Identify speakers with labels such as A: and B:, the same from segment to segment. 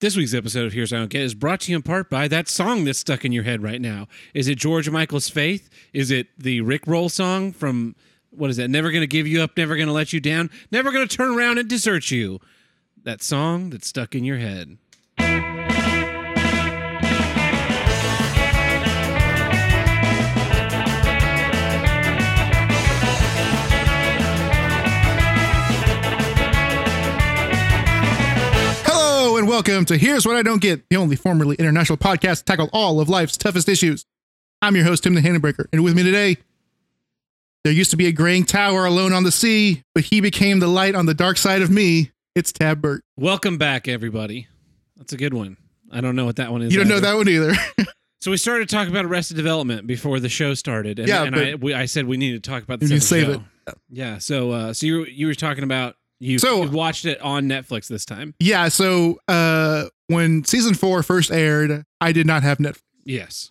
A: This week's episode of Here's I Don't Get is brought to you in part by that song that's stuck in your head right now. Is it George Michael's Faith? Is it the Rick Roll song from what is that? Never gonna give you up, never gonna let you down, never gonna turn around and desert you. That song that's stuck in your head.
B: Hello and welcome to Here's What I Don't Get, the only formerly international podcast to tackle all of life's toughest issues. I'm your host, Tim the Handenbreaker, and with me today, there used to be a graying tower alone on the sea, but he became the light on the dark side of me. It's Tab Burt.
A: Welcome back, everybody. That's a good one. I don't know what that one is.
B: You don't know
A: either.
B: that one either.
A: So we started talking about Arrested Development before the show started, and,
B: Yeah,
A: and
B: but-
A: I, we, I said we needed to talk about
B: You
A: this. on
B: need to
A: the
B: save
A: show. Yeah. So, uh, so you you were talking about you
B: So-
A: you watched it on Netflix this time.
B: yeah, so uh, when season four first aired, I did not have Netflix.
A: Yes,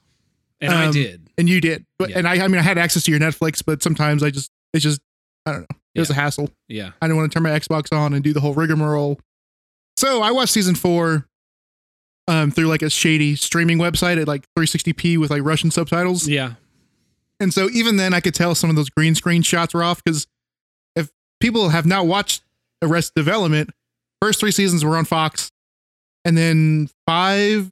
A: and I
B: Um,
A: did.
B: And you did. But
A: Yeah.
B: and I I mean I had access to your Netflix, but sometimes I just it's just I don't know. It was a hassle.
A: Yeah.
B: I didn't want to turn my Xbox on and do the whole rigmarole. So I watched season four um, through like a shady streaming website at like 360p with like Russian subtitles.
A: Yeah.
B: And so even then, I could tell some of those green screen shots were off because if people have not watched Arrested Development, first three seasons were on Fox, and then five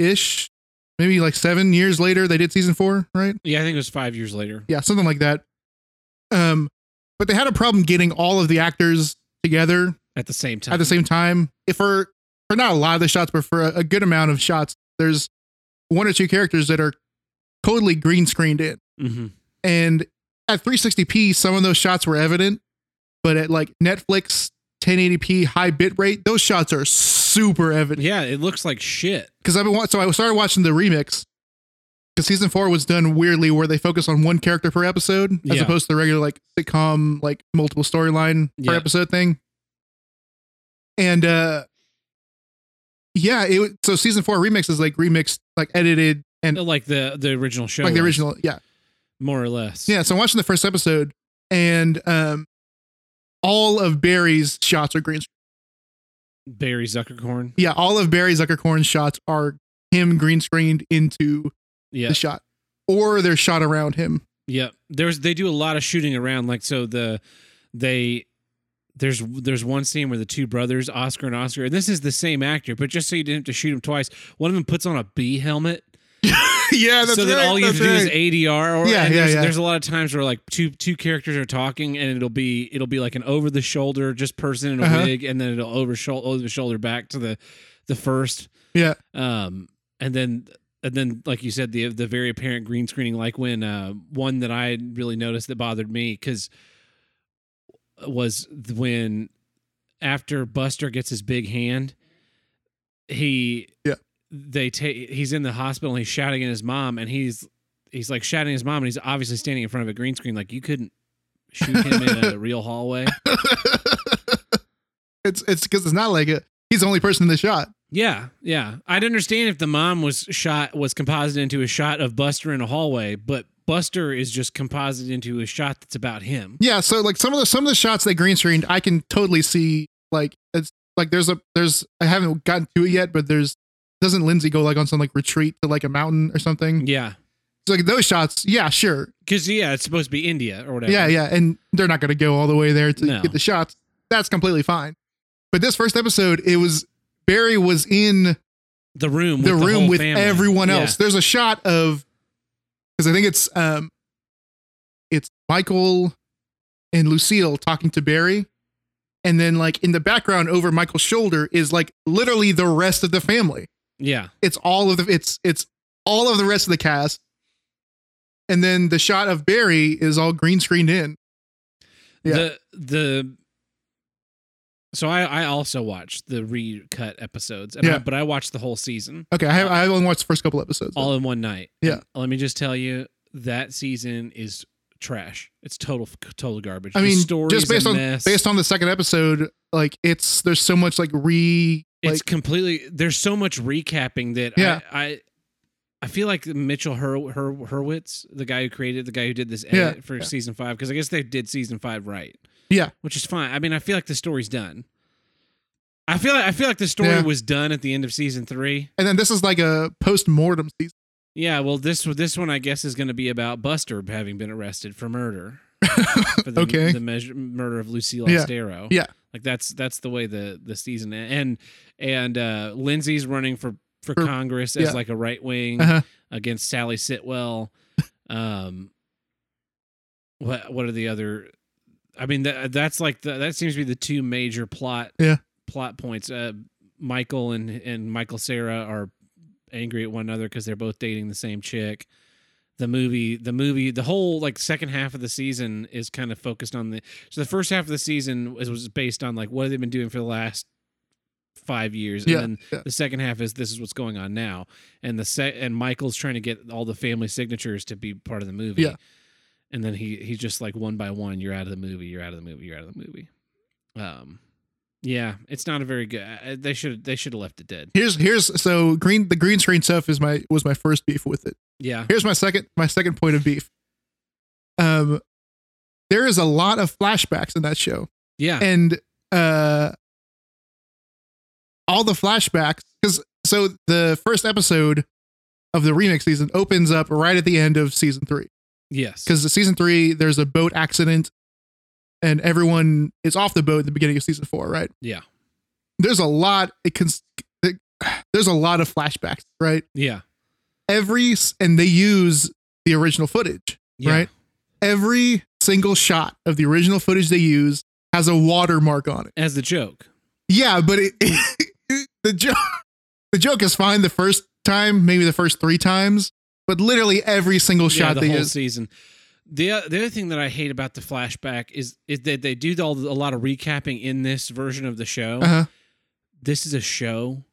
B: ish, maybe like seven years later, they did season four, right?
A: Yeah. I think it was five years later.
B: yeah, something like that. Um, but they had a problem getting all of the actors together
A: At the same time.
B: at the same time. If for for not a lot of the shots, but for a, a good amount of shots, there's one or two characters that are totally green screened in,
A: Mhm.
B: and at 360p, some of those shots were evident, but at like Netflix 1080p high bit rate, those shots are super evident
A: Yeah. It looks like shit.
B: because I've been wa- so I started watching the remix because season four was done weirdly where they focus on one character per episode as
A: Yeah.
B: opposed to the regular like sitcom like multiple storyline per
A: Yeah.
B: episode thing. And uh yeah, it wa- so season four remix is like remixed, like edited and
A: Like the the original show.
B: like the
A: was,
B: original. Yeah,
A: more or less.
B: yeah. So I'm watching the first episode and um all of Barry's shots are green. screen.
A: Barry Zuckercorn.
B: Yeah, all of Barry Zuckercorn's shots are him green screened into
A: Yeah.
B: the shot or they're shot around him.
A: Yeah, there's they do a lot of shooting around. Like so, the they there's there's one scene where the two brothers, Oscar and Oscar, and this is the same actor, but just so you didn't have to shoot him twice, one of them puts on a bee helmet,
B: yeah,
A: so that all you have to do is ADR. Or,
B: Yeah,
A: and
B: yeah,
A: there's,
B: yeah.
A: There's a lot of times where like two two characters are talking, and it'll be it'll be like an over the shoulder just person in a
B: Uh-huh.
A: wig, and then it'll over shoulder over the shoulder back to the the first,
B: yeah,
A: um, and then. And then, like you said, the the very apparent green screening, like when uh, one that I really noticed that bothered me because was th- when after Buster gets his big hand, he
B: Yeah.
A: they take he's in the hospital and he's shouting at his mom and he's he's like shouting at his mom and he's obviously standing in front of a green screen like you couldn't shoot him in a real hallway.
B: it's it's because it's not like it. He's the only person in the shot.
A: Yeah, yeah. I'd understand if the mom was shot was composited into a shot of Buster in a hallway, but Buster is just composited into a shot that's about him.
B: Yeah, so like some of the some of the shots that green screened, I can totally see like it's like there's a there's I haven't gotten to it yet, but there's doesn't Lindsay go like on some like retreat to like a mountain or something?
A: Yeah.
B: So like those shots, yeah, sure,
A: Cause yeah, it's supposed to be India or whatever.
B: Yeah, yeah, and they're not going to go all the way there to
A: No.
B: get the shots. That's completely fine. But this first episode, it was Barry was in
A: The room
B: the
A: with
B: room
A: whole
B: with
A: family.
B: everyone
A: Yeah.
B: else. There's a shot of because I think it's um it's Michael and Lucille talking to Barry. And then like in the background over Michael's shoulder is like literally the rest of the family.
A: Yeah.
B: It's all of the it's it's all of the rest of the cast. And then the shot of Barry is all green screened in. Yeah.
A: The the so I, I also watched the recut episodes, and I-
B: Yeah.
A: but I watched the whole season
B: Okay, I have I only watched the first couple episodes.
A: all in one night.
B: Yeah.
A: And let me just tell you, that season is trash. It's total total garbage.
B: I
A: The
B: mean,
A: story's
B: just based
A: a
B: on
A: mess.
B: based on the second episode, like it's there's so much like re
A: it's
B: like
A: completely there's so much recapping that
B: Yeah.
A: I, I I feel like Mitchell Her, Her Herwitz, the guy who created the guy who did this edit
B: Yeah.
A: for
B: Yeah.
A: season five, because I guess they did season five right.
B: Yeah.
A: which is fine. I mean, I feel like the story's done. I feel like I feel like the story
B: Yeah.
A: was done at the end of season three.
B: And then this is like a post mortem season.
A: Yeah, well, this this one I guess is going to be about Buster having been arrested for murder, for the,
B: Okay.
A: the measure, murder of Lucille
B: Yeah.
A: Ostero.
B: Yeah.
A: like that's that's the way the the season e- and and uh, Lindsay's running for for,
B: For-
A: Congress
B: yeah.
A: as like a right wing
B: Uh-huh.
A: against Sally Sitwell. Um, what what are the other? I mean, that that's like the, that seems to be the two major plot
B: Yeah.
A: plot points. Uh, Michael and and Michael Sarah are angry at one another because they're both dating the same chick. The movie, the movie, the whole like second half of the season is kind of focused on the. So the first half of the season was, was based on like what have they been doing for the last five years, and
B: Yeah,
A: then
B: yeah.
A: the second half is this is what's going on now, and the se- and Michael's trying to get all the family signatures to be part of the movie.
B: Yeah.
A: And then he he's just like one by one, you're out of the movie, you're out of the movie, you're out of the movie. Um, yeah, it's not a very good. I- They should they should have left it dead.
B: Here's here's so green the green screen stuff is my was my first beef with it.
A: Yeah,
B: Here's my second my second point of beef. Um there is a lot of flashbacks in that show.
A: yeah.
B: and uh all the flashbacks because so the first episode of the remix season opens up right at the end of season three
A: Yes.
B: because the season three there's a boat accident and everyone is off the boat at the beginning of season four right
A: Yeah.
B: there's a lot it can there's a lot of flashbacks right
A: Yeah.
B: every s- and they use the original footage
A: yeah.
B: right every single shot of the original footage they use has a watermark on it
A: As the joke.
B: Yeah, but it, the joke the joke is fine the first time, maybe the first three times, but literally every single
A: yeah,
B: shot
A: the
B: they
A: whole
B: use.
A: season. The o- the other thing that I hate about the flashback is is that they do all, a lot of recapping in this version of the show.
B: Uh-huh.
A: This is a show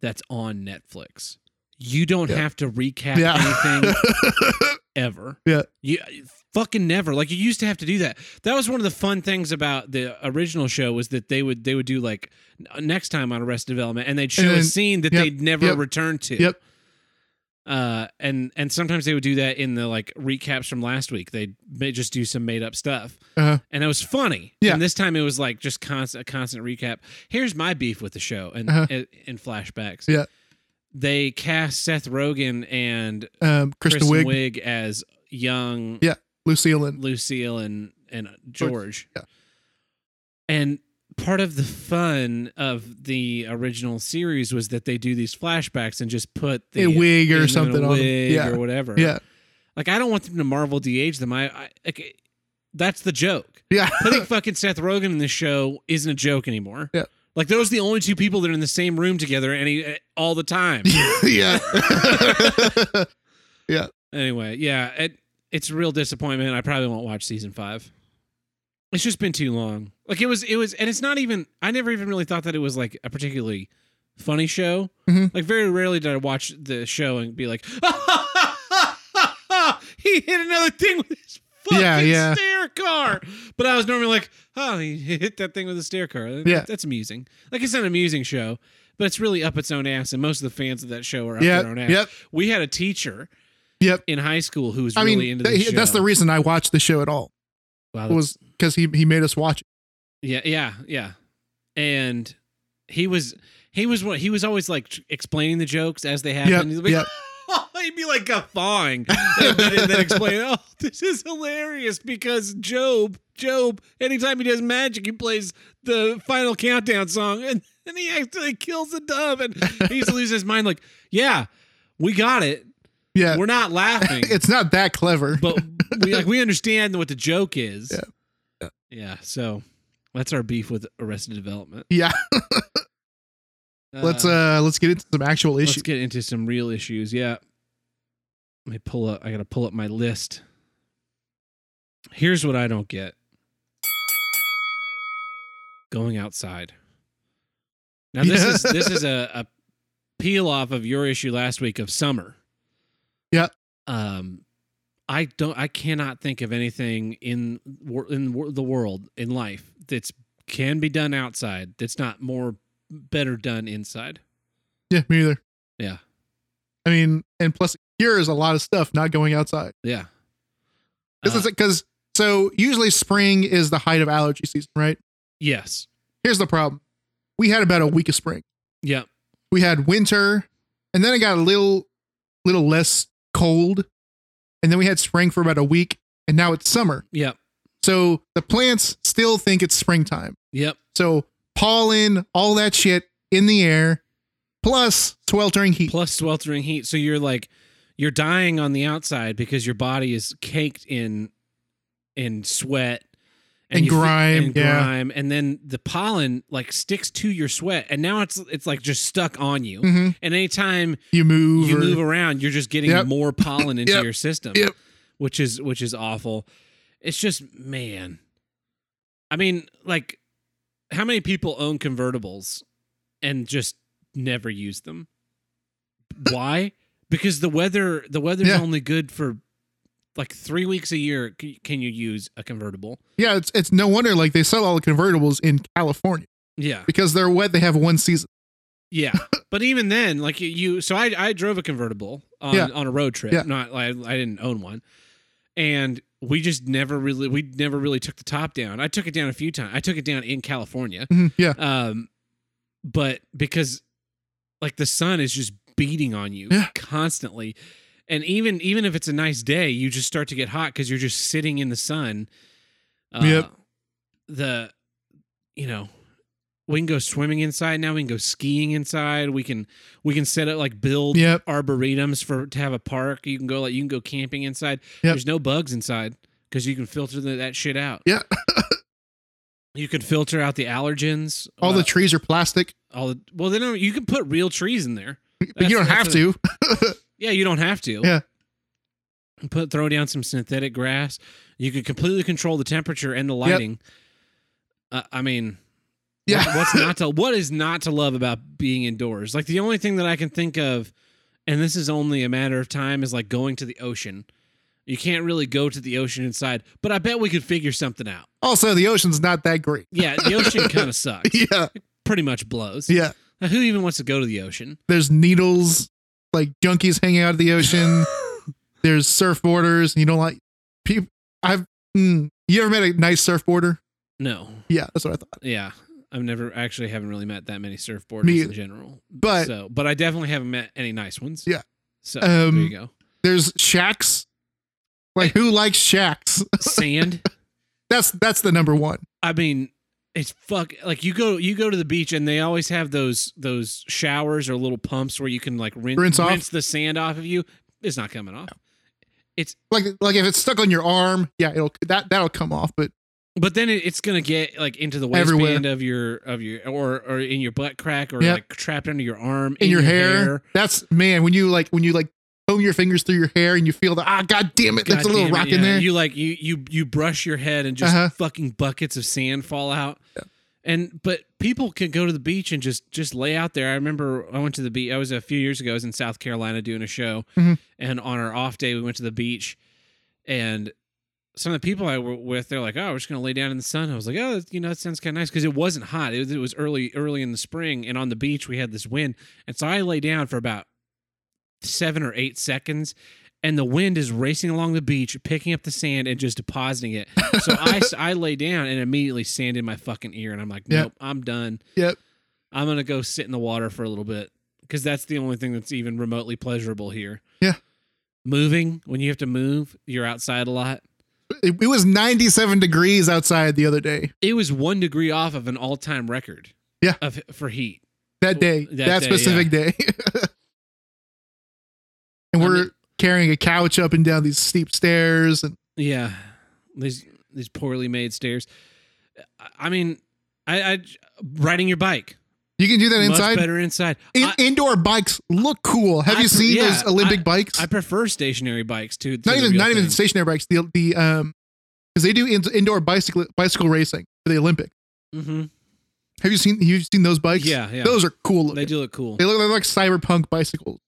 A: that's on Netflix. You don't
B: Yeah.
A: have to recap
B: Yeah.
A: anything ever.
B: Yeah.
A: You fucking never. Like you used to have to do that. That was one of the fun things about the original show was that they would they would do like n- next time on Arrested Development and they'd show
B: And
A: a
B: then-
A: scene that
B: yep,
A: they'd never
B: yep,
A: return to.
B: yep.
A: Uh, and and sometimes they would do that in the like recaps from last week. They'd may just do some made up stuff,
B: Uh-huh.
A: and it was funny.
B: Yeah.
A: And this time it was like just constant a constant recap. Here's my beef with the show and
B: Uh-huh.
A: and, and flashbacks.
B: Yeah.
A: They cast Seth Rogen and
B: um, Kristen
A: Kristen
B: Wiig,
A: Wiig as young
B: Yeah. Lucille, and
A: Lucille and and George.
B: yeah.
A: And part of the fun of the original series was that they do these flashbacks and just put the
B: a wig
A: in
B: or
A: them
B: something
A: a
B: on them.
A: wig
B: Yeah,
A: or whatever.
B: yeah,
A: Like I don't want them to Marvel de-age them. I, I like, that's the joke.
B: yeah,
A: Putting fucking Seth Rogen in this show isn't a joke anymore.
B: Yeah.
A: Like those are the only two people that are in the same room together any eh, all the time.
B: yeah.
A: anyway, yeah, it, it's a real disappointment. I probably won't watch season five. It's just been too long. Like it was, it was, and it's not even. I never even really thought that it was like a particularly funny show.
B: Mhm.
A: Like very rarely did I watch the show and be like, he hit another thing with his fucking
B: Yeah, yeah.
A: stair car. But I was normally like, oh, he hit that thing with a stair car. That-
B: Yeah.
A: that's amusing. Like it's an amusing show, but it's really up its own ass, and most of the fans of that show are up
B: Yep,
A: their own ass.
B: yep.
A: We had a teacher
B: Yep.
A: in high school who was
B: I
A: really
B: mean,
A: into
B: that-
A: this
B: he- that's
A: show.
B: the reason I watched the show at all
A: wow, that's-
B: was because he he made us watch it.
A: yeah yeah yeah and he was he was what he was always like tr- explaining the jokes as they happened he'd, be
B: yep.
A: he'd be like guffawing and then, and then explain oh this is hilarious because job job anytime he does magic he plays the final countdown song and and he actually kills the dove and he's losing his mind like yeah we got it
B: Yeah,
A: we're not laughing
B: it's not that clever.
A: but we like we understand what the joke is.
B: Yeah.
A: Yeah. so that's our beef with Arrested Development.
B: yeah, let's uh let's get into some actual
A: let's
B: issues.
A: get into some real issues. Yeah. Let me pull up I gotta pull up my list. Here's what I don't get. Going outside. Now this is this is a, a peel off of your issue last week of summer.
B: Yeah.
A: Um I don't. I cannot think of anything in wor- in wor- the world in life that's can be done outside. That's not more better done inside.
B: yeah, me either.
A: Yeah,
B: I mean, and plus, here is a lot of stuff not going outside.
A: yeah. Uh,
B: Because because so usually spring is the height of allergy season, right?
A: yes,
B: Here's the problem: we had about a week of spring.
A: Yeah.
B: We had winter, and then it got a little, little less cold, and then we had spring for about a week, and now it's summer.
A: Yep.
B: So the plants still think it's springtime.
A: Yep.
B: So pollen, all that shit in the air, plus sweltering heat.
A: Plus sweltering heat. So you're like you're dying on the outside because your body is caked in in sweat
B: And
A: you fe-
B: grime,
A: and
B: yeah.
A: grime, and then the pollen like sticks to your sweat, and now it's it's like just stuck on you.
B: hmm
A: And anytime
B: You move.
A: you
B: or-
A: move around, you're just getting
B: Yep.
A: more pollen into
B: Yep.
A: your system,
B: Yep.
A: which is which is awful. It's just man. I mean, like, how many people own convertibles and just never use them? Why? Because the weather the weather's
B: Yeah.
A: only good for like three weeks a year. c- Can you use a convertible?
B: yeah, it's it's no wonder like they sell all the convertibles in California
A: Yeah,
B: because they're wet. They have one season.
A: yeah. but even then, like you, you so I I drove a convertible on
B: Yeah.
A: on a road trip.
B: Yeah.
A: Not I I didn't own one, and we just never really we never really took the top down. I took it down a few times. I took it down in California.
B: Mhm, yeah,
A: Um, but because like the sun is just beating on you
B: Yeah.
A: constantly, and even even if it's a nice day, you just start to get hot because you're just sitting in the sun. Uh,
B: Yep.
A: The, you know, we can go swimming inside now. We can go skiing inside. We can we can set up like build
B: Yep.
A: arboretums for to have a park. You can go like you can go camping inside.
B: Yep.
A: There's no bugs inside because you can filter the, that shit out.
B: Yeah.
A: you can filter out the allergens.
B: all
A: Uh,
B: the trees are plastic.
A: all the well they don't you can put real trees in there
B: But you
A: that's-
B: don't have
A: that's
B: to.
A: yeah you don't have to
B: Yeah.
A: put throw down some synthetic grass you could completely control the temperature and the lighting uh, i mean
B: Yeah.
A: what- what's not to what is not to love about being indoors like the only thing that i can think of and this is only a matter of time is like going to the ocean you can't really go to the ocean inside but i bet we could figure something out
B: Also, the ocean's not that great.
A: yeah the ocean kind of sucks
B: Yeah,
A: pretty much blows
B: yeah.
A: who even wants to go to the ocean
B: There's needles, like junkies hanging out of the ocean. There's surfboarders. You don't like people. I've mm, you ever met a nice surfboarder?
A: no
B: Yeah, that's what I thought.
A: Yeah. I've never actually haven't really met that many surfboarders
B: Me
A: in
B: either.
A: general.
B: But
A: so, but I definitely haven't met any nice ones.
B: Yeah.
A: So
B: Um,
A: there you go.
B: there's shacks. Like who likes shacks?
A: Sand.
B: That's that's the number one.
A: I mean, it's fuck. Like you go, you go to the beach and they always have those those showers or little pumps where you can like rinse
B: Rinse off?
A: rinse the sand off of you. It's not coming off.
B: Like like if it's stuck on your arm, yeah, it'll that that'll come off. But
A: But then it, it's gonna get like into the waistband
B: Everywhere.
A: of your of your or or in your butt crack or
B: Yeah.
A: like trapped under your arm
B: in, your, hair, that's man. When you like when you like comb your fingers through your hair and you feel the ah, god damn it, there's a
A: God
B: little
A: damn it,
B: rock
A: yeah.
B: in there.
A: You like you you you brush your head and just
B: Uh-huh.
A: fucking buckets of sand fall out. And but people can go to the beach and just just lay out there. I remember I went to the beach. I was a few years ago. I was in South Carolina doing a show,
B: Mhm.
A: and on our off day we went to the beach, and some of the people I were with, they're like, "Oh, we're just gonna lay down in the sun." I was like, "Oh, you know, that sounds kind of nice," because it wasn't hot. It was, it was early early in the spring, and on the beach we had this wind, and so I lay down for about seven or eight seconds and the wind is racing along the beach picking up the sand and just depositing it so I, I lay down and immediately sand in my fucking ear and i'm like
B: Yep.
A: nope i'm done
B: Yep.
A: i'm gonna go sit in the water for a little bit because that's the only thing that's even remotely pleasurable here
B: Yeah.
A: moving when you have to move you're outside a lot
B: It, it was 97 degrees outside the other day.
A: it was one degree off of an all-time record
B: Yeah.
A: of for heat
B: That day,
A: That
B: that,
A: day,
B: specific day. and
A: I
B: we're
A: mean-
B: carrying a couch up and down these steep stairs, and
A: Yeah, these these poorly made stairs. I- I mean, I, I riding your bike
B: you can do that
A: much
B: inside.
A: better inside.
B: In,
A: I,
B: indoor bikes look cool. Have
A: I
B: you
A: pre-
B: seen
A: yeah,
B: those Olympic bikes?
A: I prefer stationary bikes too. to
B: not
A: the
B: even
A: real
B: not even
A: thing.
B: stationary bikes. The the um because they do in, indoor bicycle bicycle racing for the Olympic.
A: Mhm.
B: Have you seen you've seen those bikes?
A: Yeah, yeah.
B: those are cool. Looking.
A: They do look cool,
B: They look they're like cyberpunk bicycles.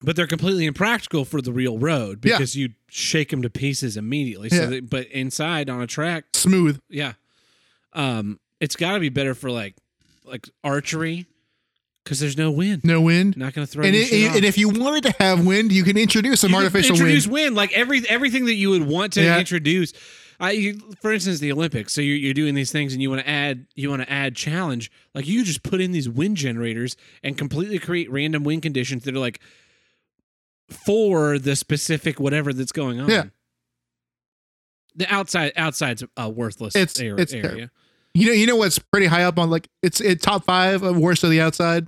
A: but they're completely impractical for the real road
B: Yeah.
A: because you shake them to pieces immediately. So,
B: Yeah.
A: that, but inside on a track,
B: Smooth.
A: yeah, um, it's got to be better for like like archery because there's no wind.
B: No wind.
A: Not going to throw
B: and,
A: your
B: it,
A: shit off.
B: and if you wanted to have wind, you can introduce some
A: You could
B: artificial
A: introduce
B: wind.
A: wind. like every everything that you would want to
B: Yeah.
A: introduce. I, you, for instance, the Olympics. So you're, you're doing these things, and you want to add you want to add challenge. Like you just put in these wind generators and completely create random wind conditions that are like for the specific whatever that's going on.
B: Yeah.
A: The outside outside's a worthless
B: It's-
A: ar-
B: it's
A: area.
B: terrible. You know, you know what's pretty high up on like it's it top five of worst of the outside.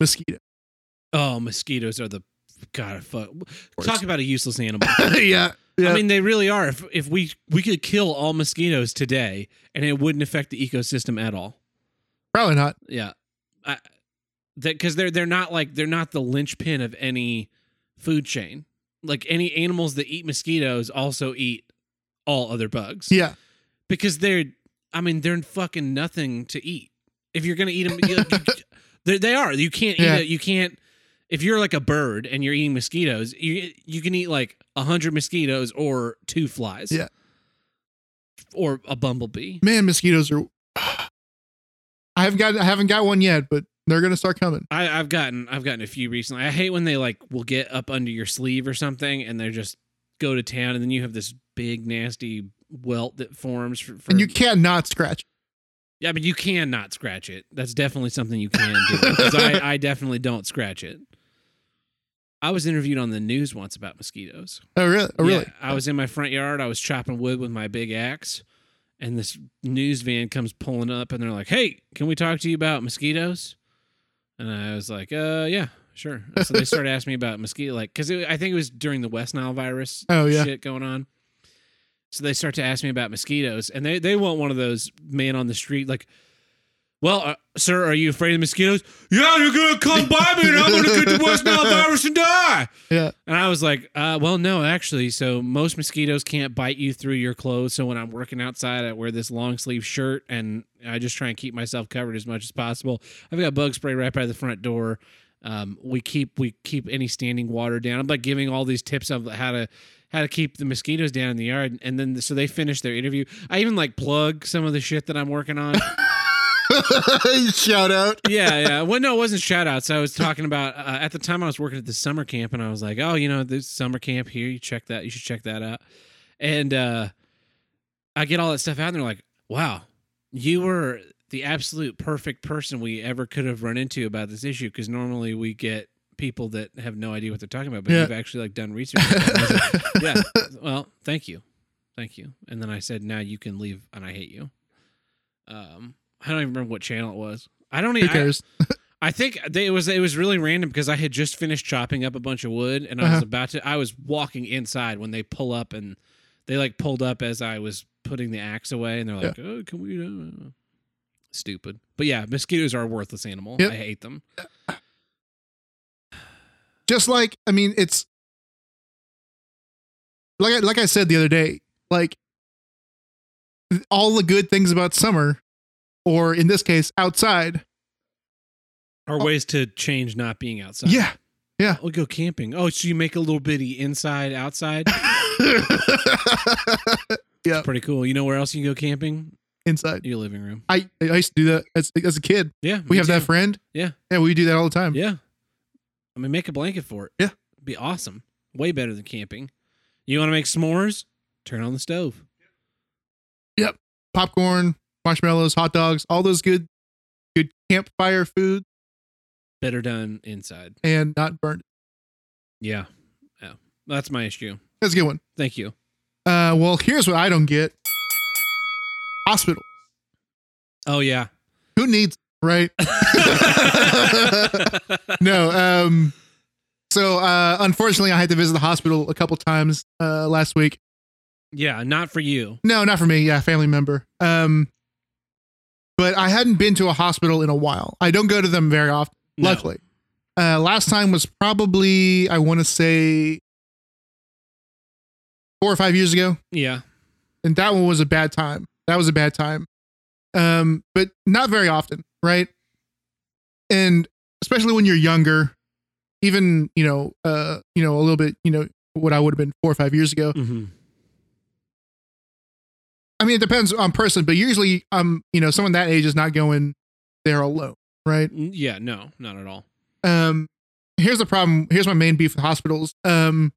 B: Mosquito.
A: Oh, mosquitoes are the god fuck.
B: Worst.
A: Talk about a useless animal.
B: yeah, yeah.
A: I mean, they really are. If, if we we could kill all mosquitoes today, and it wouldn't affect the ecosystem at all.
B: probably not.
A: Yeah, I, that because they're they're not like they're not the linchpin of any food chain. Like any animals that eat mosquitoes also eat all other bugs.
B: Yeah,
A: because they're I mean they're fucking nothing to eat. If you're gonna eat them, you, you- they- they are. You can't eat
B: Yeah.
A: it. You can't. If you're like a bird and you're eating mosquitoes, you you can eat like a hundred mosquitoes or two flies.
B: Yeah.
A: Or a bumblebee.
B: man, mosquitoes are. I haven't got I haven't got one yet, but they're gonna start coming.
A: I, I've gotten I've gotten a few recently. I hate when they like will get up under your sleeve or something and they're just go to town and then you have this big nasty welt that forms for, for
B: And you can't not scratch.
A: Yeah, but you can not scratch it. That's definitely something you can do. 'cause I, I definitely don't scratch it. I was interviewed on the news once about mosquitoes.
B: Oh really? Oh really?
A: Yeah, I was in my front yard. I was chopping wood with my big axe, and this news van comes pulling up, and they're like, "Hey, can we talk to you about mosquitoes?" And I was like, "Uh, yeah, sure." So they started asking me about mosquito, like, because I think it was during the West Nile virus
B: Oh, yeah.
A: shit going on. So they start to ask me about mosquitoes, and they they want one of those man on the street like. Well, uh, sir, are you afraid of mosquitoes? Yeah, you're gonna come by me, and I'm gonna get the West Nile virus and die.
B: Yeah.
A: And I was like, uh, well, no, actually. So most mosquitoes can't bite you through your clothes. So when I'm working outside, I wear this long sleeve shirt and I just try and keep myself covered as much as possible. I've got bug spray right by the front door. Um, we keep we keep any standing water down. I'm like giving all these tips of how to how to keep the mosquitoes down in the yard. And then so they finish their interview. I even like plug some of the shit that I'm working on.
B: Shout out.
A: yeah, yeah. Well, no, it wasn't shout outs. I was talking about uh, at the time I was working at the summer camp, and I was like, oh, you know, this summer camp here, you check that, you should check that out. And uh, I get all that stuff out, and they're like, wow, you were the absolute perfect person we ever could have run into about this issue because normally we get people that have no idea what they're talking about, but
B: Yeah.
A: you've actually like done research. on it." And I was like, yeah. Well, thank you. Thank you. And then I said, now you can leave and I hate you. Um, I don't even remember what channel it was. I don't
B: Who
A: even, I,
B: cares?
A: I think they, it was, it was really random because I had just finished chopping up a bunch of wood and I was
B: Uh-huh.
A: about to, I was walking inside when they pull up and they like pulled up as I was putting the ax away and they're like, oh, can we, uh, stupid. But yeah, mosquitoes are a worthless animal.
B: Yep.
A: I hate them.
B: just like I mean, it's like I, like I said the other day, like th- all the good things about summer, or in this case, outside.
A: Are ways to change not being outside.
B: Oh. Yeah,
A: We go camping. Oh, so you make a little bitty inside, outside. Pretty cool. You know where else you can go camping?
B: inside.
A: Your living room.
B: I I used to do that as as a kid.
A: Yeah,
B: We
A: me
B: have that
A: too.
B: friend.
A: Yeah.
B: and we do that all the time.
A: yeah, I mean, make a blanket for it.
B: Um, Yeah.
A: be awesome. Way better than camping. You want to make s'mores? Turn on the stove.
B: Popcorn, marshmallows, hot dogs, all those good good campfire food,
A: Better done inside.
B: and not burned.
A: Yeah, yeah. That's my issue.
B: That's a good one.
A: Thank you.
B: Uh, well, here's what I don't get: hospital.
A: Oh yeah.
B: Who needs right? no. Um. So uh, unfortunately, I had to visit the hospital a couple times uh, last week.
A: yeah, not for you.
B: No, not for me. Yeah, family member. Um. But I hadn't been to a hospital in a while. I don't go to them very often.
A: No.
B: Luckily, uh, last time was probably I want to say four or five years ago,
A: Yeah.
B: and that one was a bad time. That was a bad time. Um, but not very often, right? And especially when you're younger, even you know, uh, you know, a little bit, you know, what I would have been four or five years ago.
A: hmm
B: I mean, it depends on person, but usually, um, you know, someone that age is not going there alone, right?
A: Yeah. No, not at all.
B: um here's the problem here's my main beef with hospitals um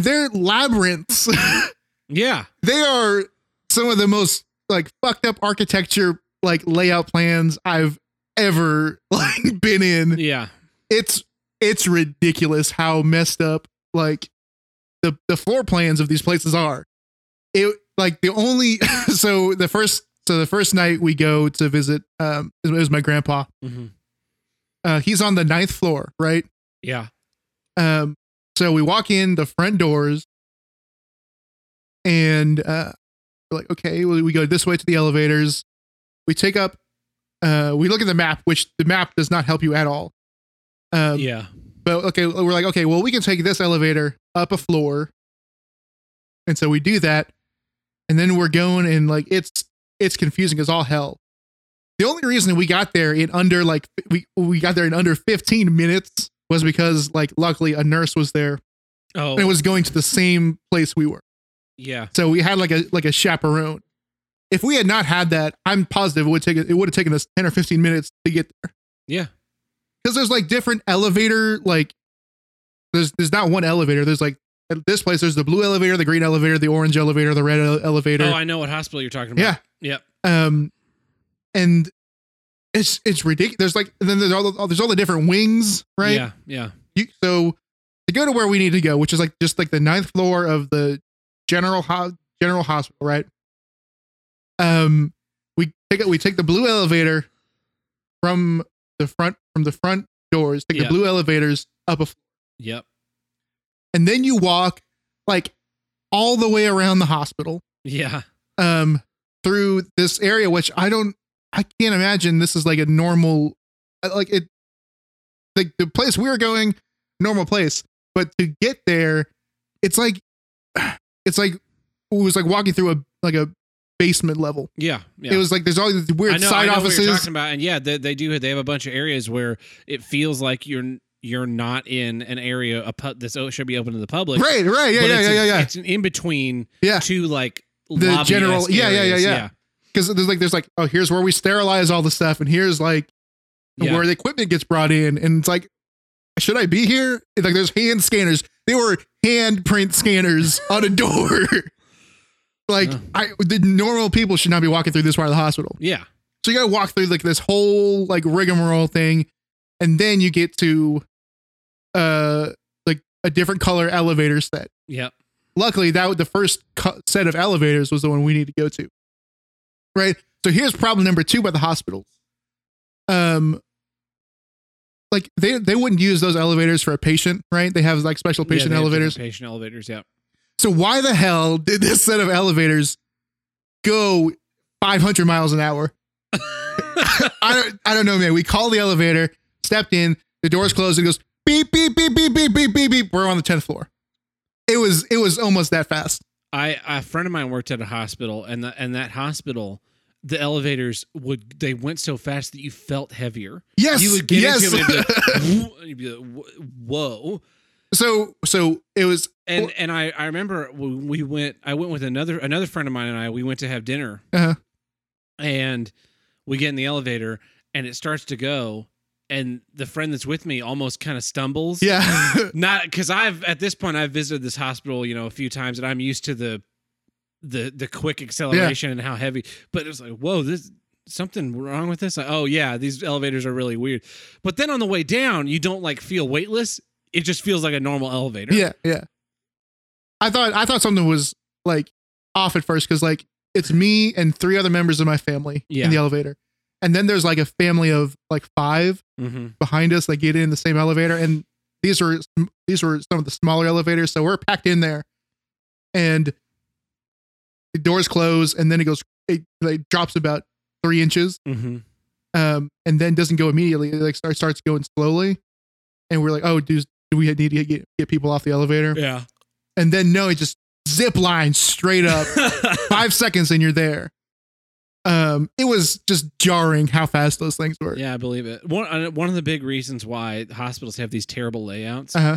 B: they're labyrinths
A: Yeah.
B: They are some of the most like fucked up architecture like layout plans I've ever like been in.
A: Yeah.
B: It's it's ridiculous how messed up like the the floor plans of these places are. It like the only so the first so the first night we go to visit um it was my grandpa.
A: hmm
B: Uh he's on the ninth floor, right?
A: Yeah.
B: Um, so we walk in the front doors, and uh, we're like, okay, well, we go this way to the elevators. We take up, uh, we look at the map, which the map does not help you at all. Um,
A: yeah.
B: But okay, we're like, okay, well, we can take this elevator up a floor, and so we do that, and then we're going, and like it's it's confusing as all hell. The only reason we got there in under like we we got there in under 15 minutes was because like luckily a nurse was there
A: Oh.
B: and it was going to the same place we were.
A: yeah.
B: So we had like a like a chaperone. If we had not had that, I'm positive it would take it would have taken us 10 or 15 minutes to get there.
A: Yeah.
B: Cuz there's like different elevator like there's there's not one elevator. There's like at this place there's the blue elevator, the green elevator, the orange elevator, the red ele- elevator.
A: Oh, I know what hospital you're talking about.
B: Yeah.
A: Yep.
B: um and it's it's ridiculous there's like and then there's all the, there's all the different wings right
A: Yeah. Yeah.
B: you, so to go to where we need to go which is like just like the ninth floor of the general ho- general hospital right um we take it we take the blue elevator from the front from the front doors take
A: Yeah.
B: the blue elevators up a f-
A: Yep.
B: and then you walk like all the way around the hospital
A: Yeah.
B: um through this area which i don't i can't imagine this is like a normal uh, like it like the place we were going normal place but to get there it's like it's like it was like walking through a like a basement level
A: Yeah. Yeah.
B: it was like there's all these weird
A: I know,
B: side
A: I know What you're
B: offices
A: talking about, and yeah, they, they do. They have a bunch of areas where it feels like you're you're not in an area a pu- that's oh, should be open to the public.
B: right right yeah
A: but
B: yeah
A: it's
B: yeah
A: a-
B: yeah yeah
A: It's an in between.
B: Yeah.
A: Two like
B: The
A: lobby-esque
B: general- yeah, yeah, yeah,
A: areas.
B: yeah. because there's like there's like oh here's where we sterilize all the stuff and here's like
A: Yeah.
B: where the equipment gets brought in and it's like should i be here It's like there's hand scanners they were handprint scanners on a door like
A: Yeah.
B: i the normal people should not be walking through this part of the hospital
A: Yeah.
B: so you gotta walk through like this whole like rigmarole thing and then you get to uh like a different color elevator set
A: Yep.
B: luckily that the first co- set of elevators was the one we need to go to right so here's problem number two by the hospitals um like they they wouldn't use those elevators for a patient right they have like special
A: Yeah, they have
B: patient
A: different
B: elevators
A: Patient elevators. Yeah.
B: so why the hell did this set of elevators go 500 miles an hour i don't i don't know man we called the elevator stepped in the doors closed and it goes beep beep beep beep beep beep beep beep we're on the 10th floor it was it was almost that fast
A: I a friend of mine worked at a hospital, and the, and that hospital, the elevators would they went so fast that you felt heavier.
B: Yes,
A: You would get
B: yes.
A: into it and be like, "Whoa," and you'd be like, "Whoa."
B: so so it was
A: and
B: Well-
A: and I I remember when we went. I went with another another friend of mine and I. We went to have dinner,
B: uh,
A: and we get in the elevator, and it starts to go, and the friend that's with me almost kind of stumbles.
B: yeah
A: Not because I've at this point I've visited this hospital you know a few times and I'm used to the the the quick acceleration and how heavy. But it was like whoa this. Something wrong with this? Like, oh yeah, these elevators are really weird. But then on the way down, you don't like feel weightless. It just feels like a normal elevator.
B: yeah yeah i thought i thought something was like off at first because like it's me and three other members of my family
A: Yeah.
B: in the elevator and then there's like a family of like five
A: hmm
B: behind us that get in the same elevator and these were these were some of the smaller elevators so we're packed in there and the doors close and then it goes it like drops about three inches
A: hmm
B: um, and then doesn't go immediately. It like start, starts going slowly, and we're like, oh, do, do we need to get get people off the elevator?
A: Yeah.
B: And then no, it just zip line straight up. Five seconds and you're there. Um, it was just jarring how fast those things were.
A: yeah, I believe it. One uh, one of the big reasons why hospitals have these terrible layouts
B: Uh-huh.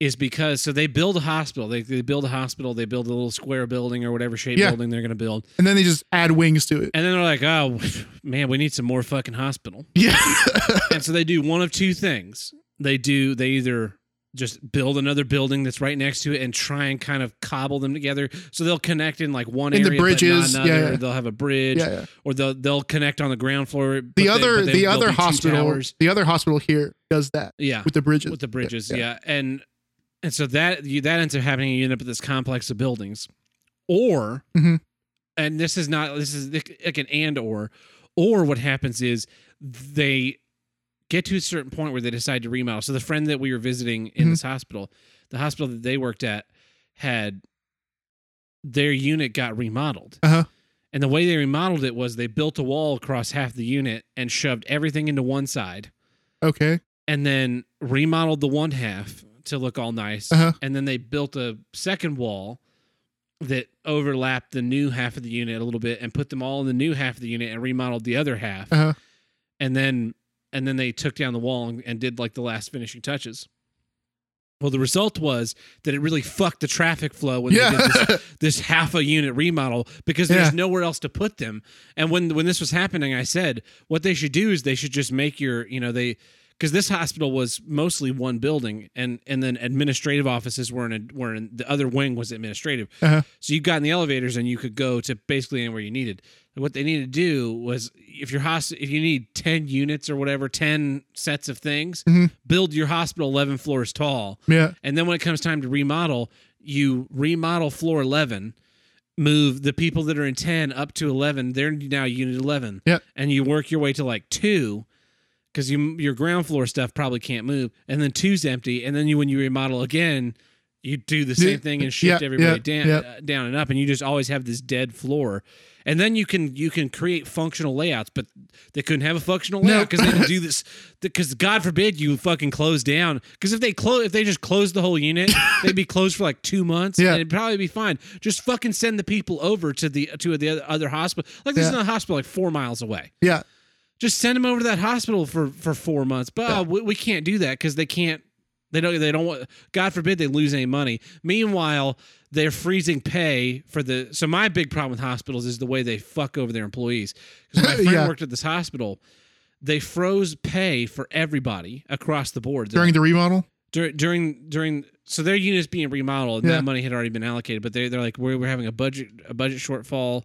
A: is because so they build a hospital, they, they build a hospital, they build a little square building or whatever shape
B: Yeah.
A: building they're going to build,
B: And then they just add wings to it.
A: and then they're like, oh man, we need some more fucking hospital,
B: Yeah,
A: and so they do one of two things: they do they either just build another building that's right next to it and try and kind of cobble them together so they'll connect in like one
B: In the
A: area but not
B: bridges,
A: another,
B: yeah.
A: or they'll have a bridge
B: Yeah, yeah.
A: or they'll they'll connect on the ground floor but
B: The
A: they-
B: other
A: but they-
B: the
A: there'll
B: other
A: be two
B: hospital
A: towers.
B: the other hospital here does that
A: yeah
B: with the bridges.
A: with the bridges
B: yeah.
A: yeah, and and so that you, that ends up happening you end up with this complex of buildings or
B: Mhm.
A: and this is not this is like an and or or what happens is they get to a certain point where they decide to remodel so the friend that we were visiting in
B: Mhm.
A: this hospital the hospital that they worked at had their unit got remodeled
B: Uh-huh.
A: and the way they remodeled it was they built a wall across half the unit and shoved everything into one side
B: Okay.
A: and then remodeled the one half to look all nice.
B: Uh-huh.
A: And then they built a second wall that overlapped the new half of the unit a little bit and put them all in the new half of the unit and remodeled the other half.
B: Uh-huh.
A: And then and then they took down the wall and, and did like the last finishing touches. Well, the result was that it really fucked the traffic flow when they did this
B: yeah.
A: this half a unit remodel because
B: Yeah.
A: there's nowhere else to put them. And when when this was happening, I said what they should do is they should just make your you know they because this hospital was mostly one building and and then administrative offices were in a, were in the other wing was administrative.
B: Uh-huh.
A: So you got in the elevators and you could go to basically anywhere you needed. What they needed to do was if your hos if you need ten units or whatever ten sets of things,
B: Mhm.
A: build your hospital eleven floors tall.
B: Yeah.
A: And then when it comes time to remodel, you remodel floor 11, move the people that are in 10 up to 11. They're now unit 11.
B: Yep.
A: And you work your way to like two because you, your ground floor stuff probably can't move. And then two's empty. And then you, when you remodel again, you do the
B: Yeah,
A: same thing and shift
B: yeah,
A: everybody
B: yeah,
A: down,
B: yeah.
A: uh, down and up, and you just always have this dead floor. And then you can you can create functional layouts, but they couldn't have a functional
B: No.
A: layout because they didn't do this. Because God forbid you fucking close down. Because if they close, if they just closed the whole unit, they'd be closed for like two months,
B: Yeah.
A: and it'd probably be fine. Just fucking send the people over to the to the other, other hospital. Like there's
B: Yeah.
A: another hospital like four miles away.
B: Yeah.
A: Just send them over to that hospital for for four months. But uh, we, we can't do that because they can't. They don't. They don't want. God forbid they lose any money. Meanwhile, they're freezing pay for the. So my big problem with hospitals is the way they fuck over their employees. 'Cause my friend
B: Yeah.
A: worked at this hospital. They froze pay for everybody across the board They're
B: During the remodel.
A: dur- during during so their unit's being remodeled and
B: Yeah.
A: that money had already been allocated but they they're like we're, we're having a budget a budget shortfall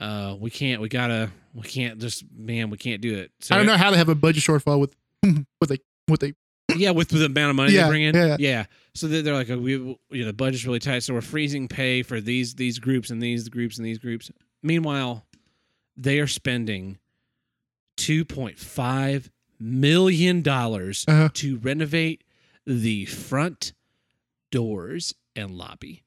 A: uh we can't we gotta we can't just man we can't do it so
B: I don't know how they have a budget shortfall with with a with a
A: yeah with, with the amount of money
B: Yeah,
A: they bring in
B: yeah.
A: so they- they're like oh, we you know the budget's really tight so we're freezing pay for these these groups and these groups and these groups meanwhile they are spending 2.5 million dollars
B: Uh-huh.
A: to renovate the front doors and lobby.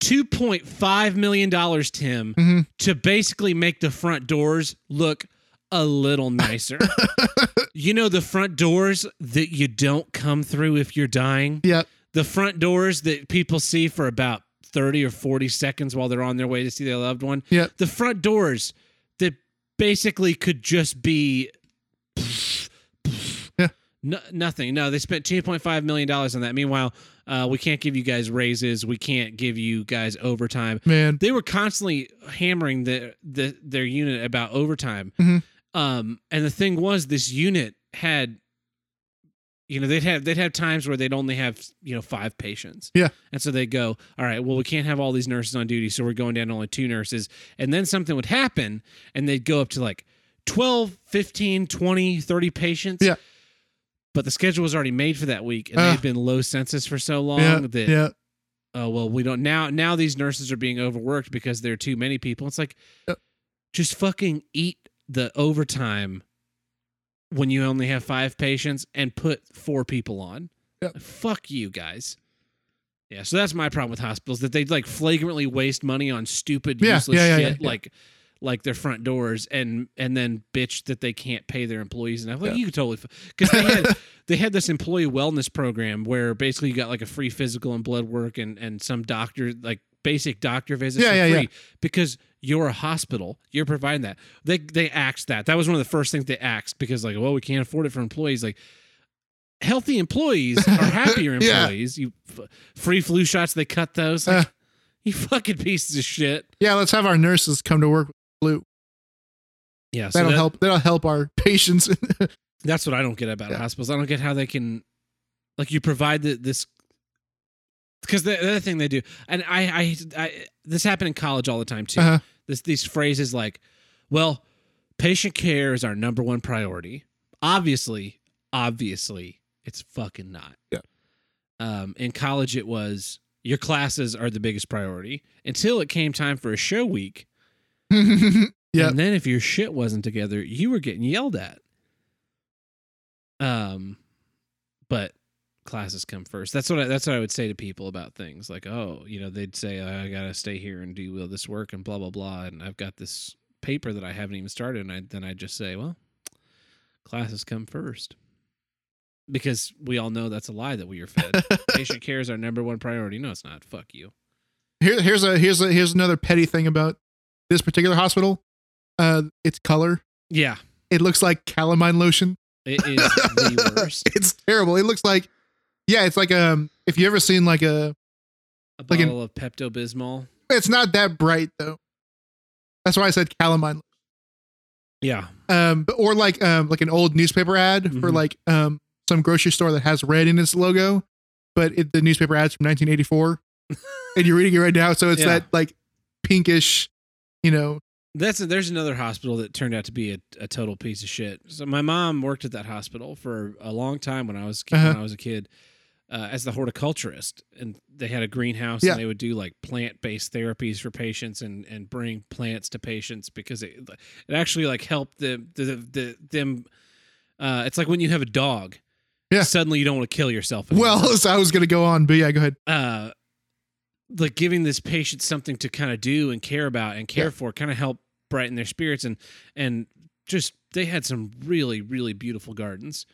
A: $2.5 million, Tim,
B: Mhm.
A: to basically make the front doors look a little nicer. you know, the front doors that you don't come through if you're dying,
B: yeah.
A: the front doors that people see for about 30 or 40 seconds while they're on their way to see their loved one,
B: Yeah.
A: the front doors that basically could just be
B: Yeah.
A: no, nothing. No, they spent two point five million dollars on that. Meanwhile, uh, we can't give you guys raises. We can't give you guys overtime.
B: Man.
A: They were constantly hammering the, the their unit about overtime.
B: Mhm.
A: Um, and the thing was, this unit had, you know, they'd have they'd have times where they'd only have you know five patients.
B: Yeah.
A: and so they would go, all right, well, we can't have all these nurses on duty, so we're going down to only two nurses. And then something would happen, and they'd go up to like 12, 15, 20, 30 patients.
B: Yeah.
A: But the schedule was already made for that week, and
B: Ah.
A: they've been low census for so long
B: Yeah.
A: that
B: Yeah.
A: oh well we don't now now these nurses are being overworked because there are too many people it's like
B: Yep.
A: just fucking eat the overtime when you only have five patients and put four people on
B: Yep.
A: fuck you guys yeah so that's my problem with hospitals that they like flagrantly waste money on stupid
B: Yeah,
A: useless
B: yeah, yeah,
A: shit
B: yeah, yeah.
A: like like their front doors and and then bitch that they can't pay their employees enough like
B: Yeah.
A: you could totally because they had they had this employee wellness program where basically you got like a free physical and blood work and and some doctor like basic doctor visits
B: Yeah,
A: for
B: yeah,
A: free
B: yeah.
A: because you're a hospital you're providing that they they axed that that was one of the first things they axed because like well we can't afford it for employees like healthy employees are happier
B: Yeah. Uh.
A: employees you f- free flu shots they cut those like, you fucking pieces of shit
B: Yeah, let's have our nurses come to work with flu.
A: yeah
B: That'll
A: that-
B: help that'll help our patients.
A: that's what i don't get about
B: Yeah.
A: hospitals i don't get how they can like you provide the, this because the, the other thing they do, and I, I, I, this happened in college all the time too.
B: Uh-huh.
A: This these phrases like, "Well, patient care is our number one priority." Obviously, obviously, it's fucking not.
B: Yeah.
A: Um, in college, it was your classes are the biggest priority until it came time for a show week.
B: Yep.
A: And then if your shit wasn't together, you were getting yelled at. Um, but classes come first. That's what I, that's what I would say to people about things like, oh, you know, they'd say I gotta stay here and do all this work and blah blah blah, and I've got this paper that I haven't even started, and I, then I just say, well, classes come first, because we all know that's a lie that we are fed. Patient care is our number one priority. No, it's not. Fuck you.
B: Here, here's a here's a here's another petty thing about this particular hospital. Uh, its color.
A: Yeah,
B: It looks like calamine lotion.
A: it is the worst.
B: It's terrible. It looks like, yeah, it's like um. If you ever seen like a,
A: A
B: Like an-
A: bottle of Pepto Bismol.
B: it's not that bright though. That's why I said calamine.
A: Yeah,
B: Um, but, or like um like an old newspaper ad for
A: Mhm.
B: like um some grocery store that has red in its logo, but it, the newspaper ad's from 1984, and you're reading it right now, so it's
A: Yeah.
B: that like pinkish, you know.
A: That's there's another hospital that turned out to be a, a total piece of shit. So my mom worked at that hospital for a long time when I was
B: Uh-huh.
A: when I was a kid uh, as the horticulturist, and they had a greenhouse
B: Yeah.
A: and they would do like plant based therapies for patients and and bring plants to patients because it it actually like helped the the, the, them. Uh, it's like when you have a dog.
B: Yeah.
A: Suddenly you don't want to kill yourself. anymore
B: Well, so I was gonna go on, but yeah, go ahead.
A: uh like giving this patient something to kind of do and care about and care
B: Yeah.
A: for kind of help brighten their spirits and and just they had some really really beautiful gardens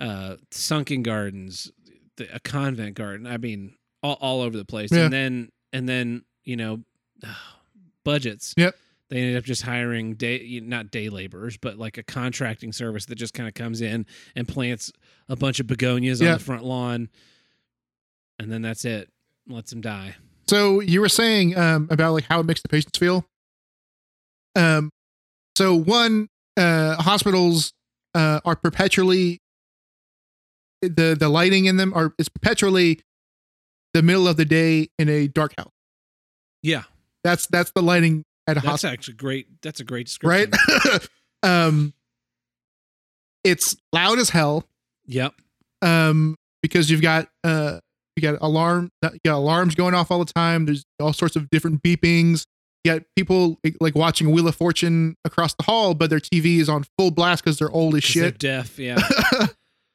A: uh sunken gardens the, a convent garden i mean all, all over the place
B: Yeah.
A: and then and then you know budgets
B: Yep.
A: they ended up just hiring day not day laborers but like a contracting service that just kind of comes in and plants a bunch of begonias
B: Yeah.
A: on the front lawn and then that's it lets them die
B: So you were saying um, about like how it makes the patients feel. Um, so one, uh, hospitals uh, are perpetually the the lighting in them are is perpetually the middle of the day in a dark house.
A: yeah
B: That's that's the lighting at a
A: that's
B: hospital,
A: actually great that's a great description
B: right? um, it's loud as hell
A: yep
B: um, because you've got uh, you got alarm, uh, you got alarms going off all the time. There's all sorts of different beepings. You got people like, like watching Wheel of Fortune across the hall, but their TV is on full blast because they're old as
A: 'Cause they're
B: shit.
A: deaf yeah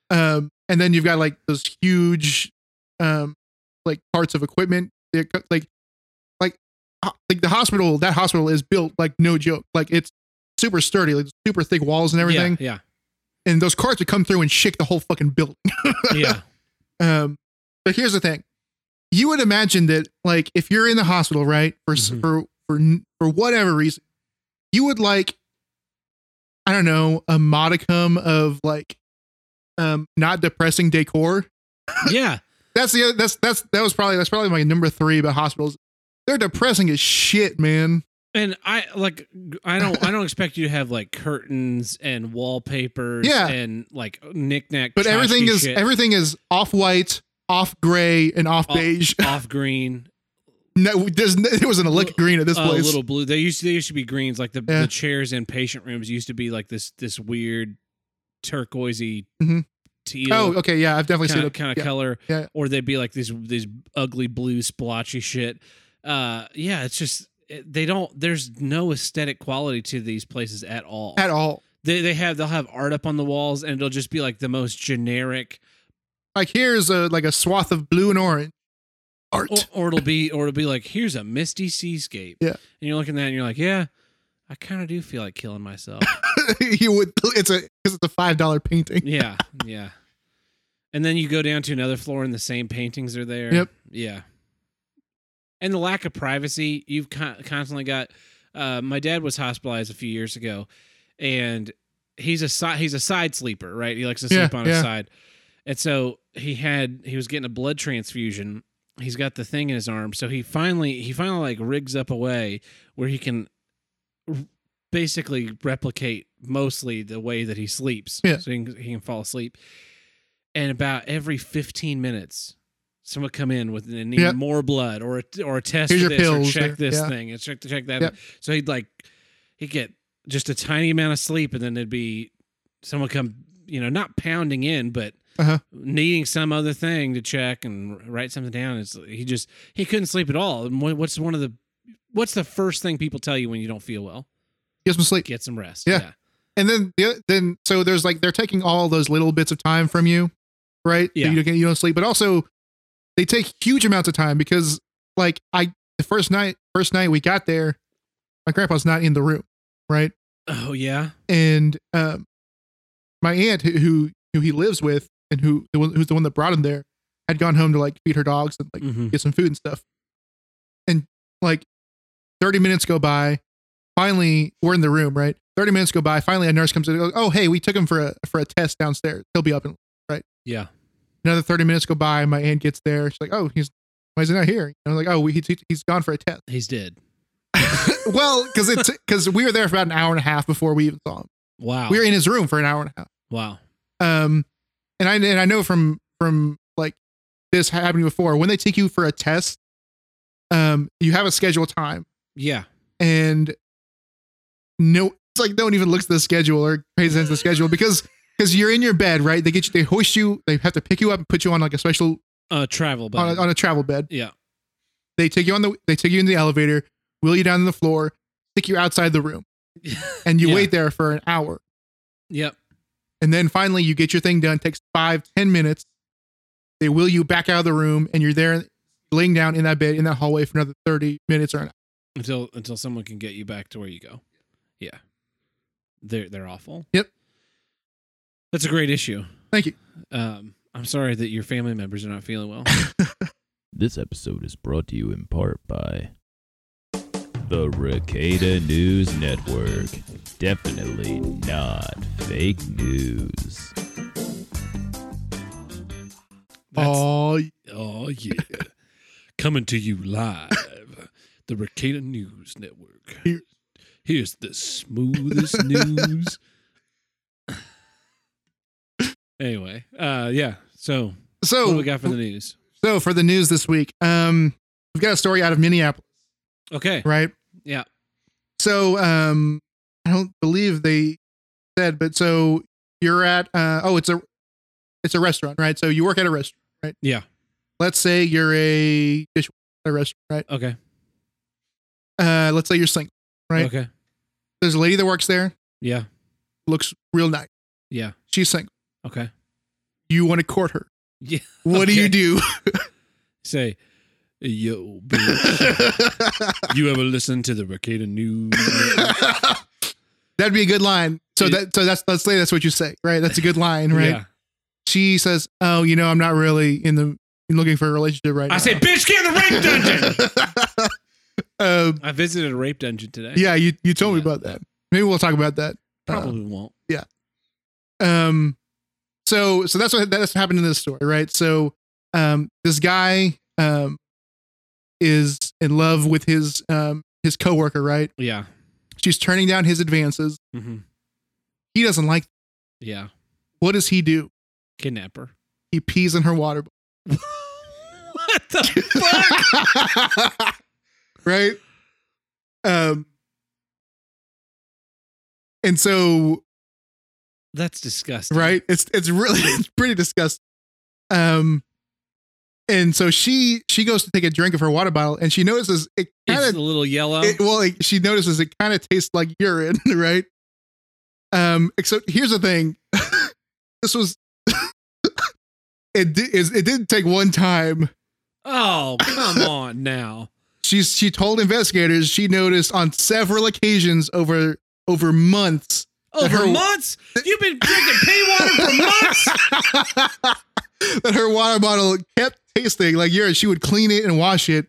B: um, and then you've got like those huge, um, like parts of equipment. They're, co- like, like, ho- like the hospital. That hospital is built like no joke. Like it's super sturdy, like super thick walls and everything.
A: yeah
B: And those carts would come through and shake the whole fucking building.
A: yeah, yeah.
B: Um, but here's the thing: you would imagine that, like, if you're in the hospital, right, for s
A: Mhm.
B: for for n- for whatever reason, you would like, I don't know, a modicum of like, um, not depressing decor.
A: yeah
B: That's the other, that's that's that was probably that's probably my number three about hospitals. They're depressing as shit, man.
A: And I like I don't I don't expect you to have like curtains and wallpapers
B: Yeah.
A: and like knickknack.
B: But everything
A: tchotchke
B: is
A: shit, Oh.
B: everything is off white, off gray, and off
A: Off-
B: beige.
A: off green,
B: No, there's n- there was an electric green at this
A: a
B: place.
A: little blue. They used to, they used to be greens. Like the,
B: Yeah.
A: the chairs in patient rooms used to be like this this weird turquoisey
B: Mhm.
A: teal.
B: oh, okay, yeah, I've definitely
A: kind
B: seen
A: of,
B: it.
A: kind of
B: Yeah.
A: color,
B: Yeah.
A: or they'd be like these these ugly blue splotchy shit. Uh, yeah, it's just it- they don't. There's no aesthetic quality to these places at all.
B: at all.
A: they they have they'll have art up on the walls, and it'll just be like the most generic,
B: like here's a like a swath of blue and orange art.
A: or, or it'll be or it'll be like here's a misty seascape.
B: Yeah.
A: and you're looking at that and you're like, yeah, I kind of do feel like killing myself.
B: you would it's a because it's a five dollar painting.
A: yeah, yeah. And then you go down to another floor, and the same paintings are there.
B: Yep.
A: Yeah. And the lack of privacy, you've con- constantly got. Uh, my dad was hospitalized a few years ago, and he's a si- he's a side sleeper, right? He likes to
B: Yeah,
A: sleep on his
B: yeah.
A: side, and so he had he was getting a blood transfusion. He's got the thing in his arm, so he finally he finally like rigs up a way where he can r- basically replicate mostly the way that he sleeps,
B: Yeah.
A: so he can, he can fall asleep. and about every 15 minutes someone would come in with an need
B: Yep.
A: more blood or a, or a test
B: Here's
A: for
B: your
A: this or
B: pills.
A: check this
B: Yeah.
A: thing and check check that
B: Yep.
A: so he'd like he'd get just a tiny amount of sleep and then there'd be someone come you know not pounding in but
B: Uh-huh.
A: needing some other thing to check and write something down it's he just he couldn't sleep at all and what- what's one of the what's the first thing people tell you when you don't feel well
B: Get some sleep.
A: get some rest
B: Yeah. And then the oth- then so there's like they're taking all those little bits of time from you, right? So
A: Yeah.
B: You don't, you don't sleep, but also they take huge amounts of time because like I the first night first night we got there, my grandpa's not in the room, right?
A: oh yeah
B: And um, my aunt who who, who he lives with and who the one- who's the one that brought him there had gone home to like feed her dogs and like
A: hmm
B: get some food and stuff. And like 30 minutes go by. Finally, we're in the room, right? 30 minutes go by. Finally, a nurse comes in and goes, Oh, hey, we took him for a for a test downstairs. He'll be up in
A: yeah
B: another 30 minutes go by. My aunt gets there. She's like, Oh, he's why is he not here? And I was like, Oh, we, he, he's gone for a test.
A: he's dead
B: well, because it's because we were there for about an hour and a half before we even saw him.
A: wow
B: We were in his room for an hour and a half.
A: wow
B: um and i and i know from from like this happening before when they take you for a test um you have a scheduled time
A: yeah
B: and no it's like no one even looks at the schedule or pays attention to the schedule because because you're in your bed right they get you they hoist you they have to pick you up and put you on like a special
A: uh travel but
B: on a, on a travel bed
A: yeah
B: they take you on the they take you in the elevator wheel you down to the floor stick you outside the room and you
A: Yeah.
B: wait there for an hour
A: yep
B: And then finally, you get your thing done. Takes five, ten minutes. They wheel you back out of the room, and you're there, laying down in that bed in that hallway for another thirty minutes or an hour.
A: until until someone can get you back to where you go. Yeah, they're they're awful.
B: Yep.
A: that's a great issue.
B: Thank you.
A: Um, I'm sorry that your family members are not feeling well.
C: This episode is brought to you in part by the Ricada News Network. Definitely not fake news.
A: That's-
B: Oh,
A: oh yeah, coming to you live, the Ricada News Network.
B: Here-
A: Here's the smoothest news. anyway, uh, yeah. So what do
B: so
A: we got for the news?
B: so for the news this week, um, we've got a story out of Minneapolis,
A: Okay.
B: right?
A: Yeah.
B: So um, I don't believe they said, but so you're at uh oh, it's a it's a restaurant, right? So you work at a restaurant.
A: Yeah.
B: Let's say you're a dish at a restaurant, right?
A: Okay.
B: Uh, let's say you're single. Right.
A: Okay.
B: There's a lady that works there.
A: Yeah.
B: looks real nice.
A: Yeah.
B: She's single.
A: Okay.
B: You want to court her.
A: Yeah.
B: What do
A: Okay.
B: you do?
A: Say, yo, bitch. you ever listen to the Ricada News? Network?"
B: That'd be a good line. So
A: Yeah.
B: that so that's let's say that's what you say, right? That's a good line, right?
A: Yeah.
B: She says, "Oh, you know, I'm not really in the in looking for a relationship right now."
A: I say, bitch, get in the rape dungeon.
B: um,
A: I visited a rape dungeon today.
B: yeah, you you told me
A: Yeah.
B: about that. Maybe we'll talk about that.
A: Probably won't.
B: um so so that's what that's what happened in this story right so um this guy um is in love with his um his coworker right
A: Yeah.
B: she's turning down his advances
A: hmm
B: he doesn't like
A: Yeah.
B: what does he do
A: Kidnapper.
B: he pees in her water bottle
A: what the fuck?
B: right um and so
A: That's disgusting.
B: right it's it's really it's pretty disgusting um and so she she goes to take a drink of her water bottle and she notices it
A: It's
B: kind
A: a
B: of
A: little yellow.
B: well like, she notices it kind of tastes like urine right um except here's the thing this was it did it didn't take one time
A: oh, come on now.
B: she's she told investigators she noticed on several occasions over over months
A: Over
B: Her-
A: months? You've been drinking pee water for months?
B: that her water bottle kept tasting like urine. She would clean it and wash it,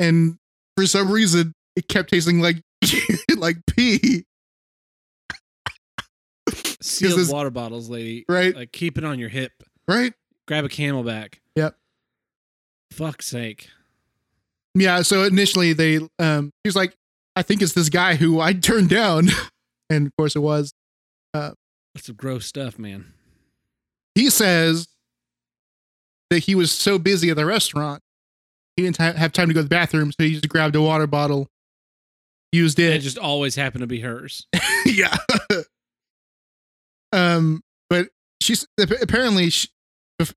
B: and for some reason, it kept tasting like like pee.
A: Sealed
B: this-
A: water bottles, lady.
B: Right,
A: Like, keep it on your hip.
B: right.
A: Grab a camelback.
B: Yep.
A: Fuck's sake.
B: Yeah. So initially, they um, she's like, I think it's this guy who I turned down, and of course, it was.
A: That's some gross stuff, man.
B: He says that he was so busy at the restaurant, he didn't ha- have time to go to the bathroom, so he just grabbed a water bottle, used
A: And
B: it.
A: it just always happened to be hers.
B: yeah. um, but she's ap- apparently she,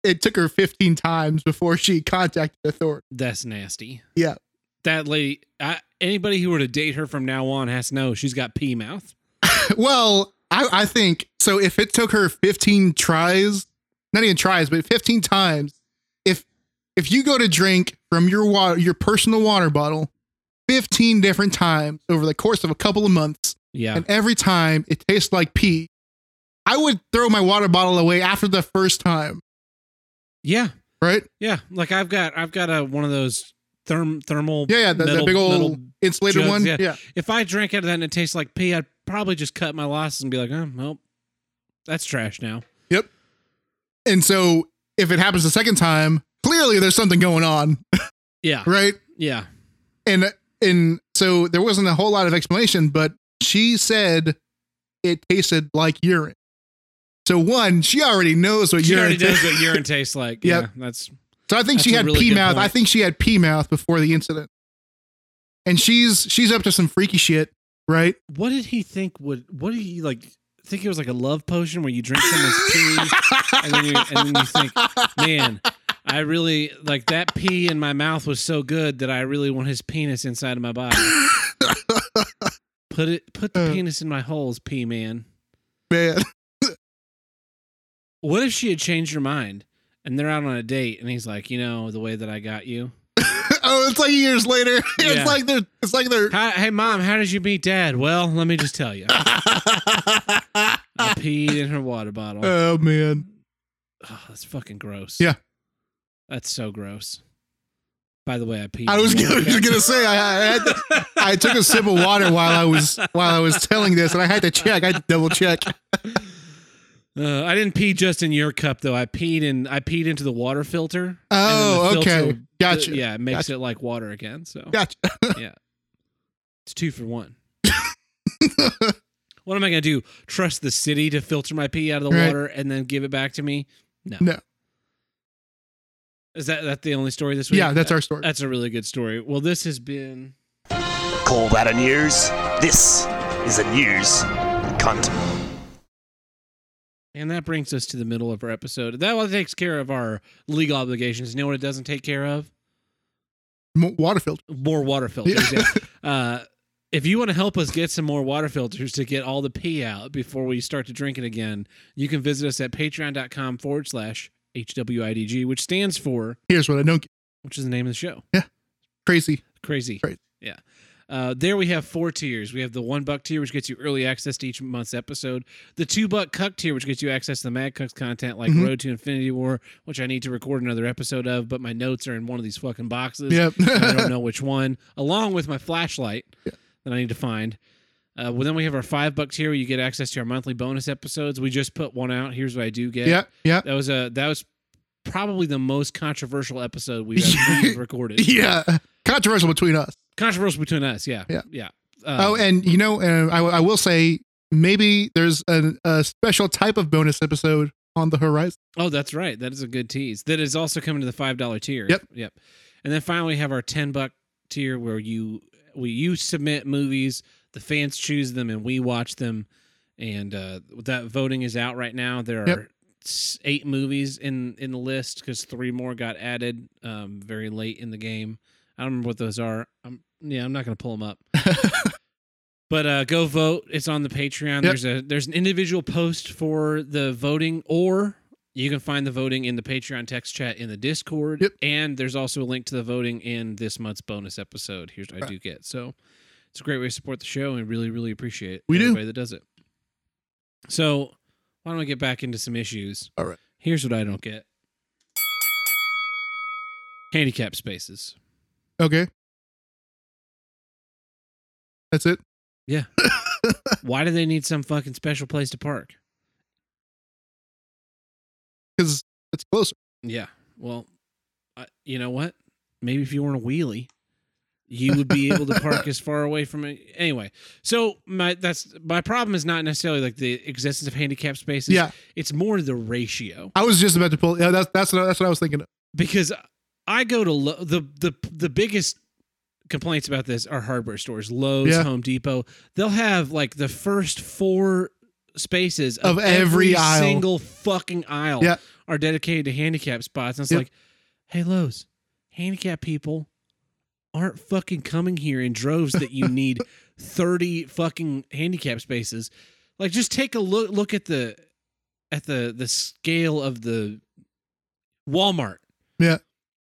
B: it took her 15 times before she contacted authorities.
A: That's nasty.
B: Yeah.
A: That lady, I, anybody who were to date her from now on has to know she's got pea mouth.
B: Well, I, I think so. If it took her 15 tries, not even tries, but 15 times, if if you go to drink from your water, your personal water bottle, 15 different times over the course of a couple of months,
A: Yeah.
B: and every time it tastes like pee. I would throw my water bottle away after the first time,
A: yeah.
B: right?
A: Yeah. Like I've got, I've got a, one of those therm, thermal.
B: Yeah, yeah, the,
A: metal-
B: the big old
A: metal-
B: insulated
A: jugs,
B: one.
A: yeah.
B: Yeah.
A: if I drank out of that and it tastes like pee, I'd probably just cut my losses and be like, oh, well, that's trash now.
B: And so if it happens the second time, clearly there's something going on,
A: Yeah.
B: right?
A: Yeah.
B: And and so there wasn't a whole lot of explanation, but she said it tasted like urine. So one, she already knows what
A: She
B: urine
A: already
B: tastes.
A: knows what urine tastes like.
B: Yep.
A: Yeah. That's,
B: So I think she
A: That's a
B: had
A: really
B: pea
A: good
B: mouth. I
A: point.
B: think she had pea mouth before the incident. And she's she's up to some freaky shit, right?
A: what did he think would, what did he like, think it was like a love potion where you drink someone's pee and then you, and then you think, man, I really, like that pee in my mouth was so good that I really want his penis inside of my body. Put it, put the
B: Uh.
A: penis in my holes, pee man.
B: Man.
A: What if she had changed her mind and they're out on a date and he's like, you know, the way that I got you?
B: oh, it's like years later.
A: Yeah.
B: It's like they're it's like they're
A: Hi, hey, mom, how did you meet dad? Well, let me just tell you. I peed in her water bottle.
B: Oh man.
A: Ugh, that's fucking gross.
B: Yeah.
A: That's so gross. By the way, I peed.
B: I
A: in
B: was
A: your
B: gonna,
A: water
B: just gonna say I I, had to- I took a sip of water while I was while I was telling this and I had to check. I had to double check.
A: bottle. Uh, I didn't pee just in your cup though. I peed in. I peed into the water filter. and
B: Oh,
A: then the
B: okay.
A: filter- uh,
B: Gotcha.
A: yeah, it makes it like water again. So
B: Gotcha.
A: it's two for one. what am I gonna do? Trust the city to filter my pee out of the
B: Right.
A: water and then give it back to me? No.
B: No.
A: Is that that the only story this week?
B: Yeah, that's our story.
A: That's a really good story. Well, this has been
D: Call that a news? This is a news cunt.
A: and that brings us to the middle of our episode. That one takes care of our legal obligations. You know what it doesn't take care of?
B: M- Water filter.
A: More water filters. yeah. Uh if you want to help us get some more water filters to get all the pee out before we start to drink it again, you can visit us at patreon.com forward slash HWIDG, which stands for,
B: Here's what I don't get.
A: which is the name of the show.
B: Crazy.
A: Crazy.
B: Crazy.
A: Yeah. Uh, there we have four tiers. We have the one buck tier, which gets you early access to each month's episode. The two buck cuck tier, which gets you access to the Mad Cucks content like
B: Mhm.
A: Road to Infinity War, which I need to record another episode of, but my notes are in one of these fucking boxes.
B: Yep.
A: I don't know which one, along with my flashlight that I need to find. Uh, well, then we have our five buck tier. Where you get access to our monthly bonus episodes. We just put one out. Here's what I do get.
B: yeah, yeah.
A: That was a that was probably the most controversial episode we've ever we've recorded.
B: Yeah. Controversial between us.
A: Controversial between us. Yeah.
B: Yeah.
A: Yeah. Uh,
B: oh, and you know, and I, I will say maybe there's a, a special type of bonus episode on the horizon.
A: Oh, that's right. That is a good tease. That is also coming to the five dollar tier.
B: Yep.
A: Yep. And then finally we have our ten buck tier where you we you submit movies, the fans choose them, and we watch them. And uh, that voting is out right now. There are
B: Yep.
A: s- eight movies in in the list because three more got added um, very late in the game. I don't remember what those are. I'm yeah, I'm not gonna pull them up. But uh, go vote. It's on the Patreon.
B: Yep.
A: There's a there's an individual post for the voting, or you can find the voting in the Patreon text chat in the Discord.
B: Yep.
A: And there's also a link to the voting in this month's bonus episode. Here's what I
B: Right.
A: do get. So it's a great way to support the show, and really, really appreciate
B: We do.
A: everybody that does it. So why don't we get back into some issues?
B: All right.
A: Here's what I don't get. Handicap spaces.
B: Okay. That's it.
A: Why do they need some fucking special place to park?
B: Because it's closer.
A: Yeah. Well, I, you know what? Maybe if you weren't a wheelie, you would be able to park as far away from it. Anyway, so my that's my problem is not necessarily like the existence of handicap spaces.
B: Yeah.
A: It's more the ratio.
B: I was just about to pull. Yeah, that's that's what, I- that's what I was thinking. Of.
A: because I go to lo- the the the biggest complaints about this are hardware stores, Lowe's,
B: Yeah.
A: Home Depot. They'll have like the first four spaces
B: Of every aisle.
A: single fucking aisle
B: Yeah.
A: are dedicated to handicap spots. And it's
B: Yep.
A: like, hey Lowe's, handicap people aren't fucking coming here in droves that you need 30 fucking handicap spaces. Like just take a look look at the at the the scale of the Walmart.
B: Yeah.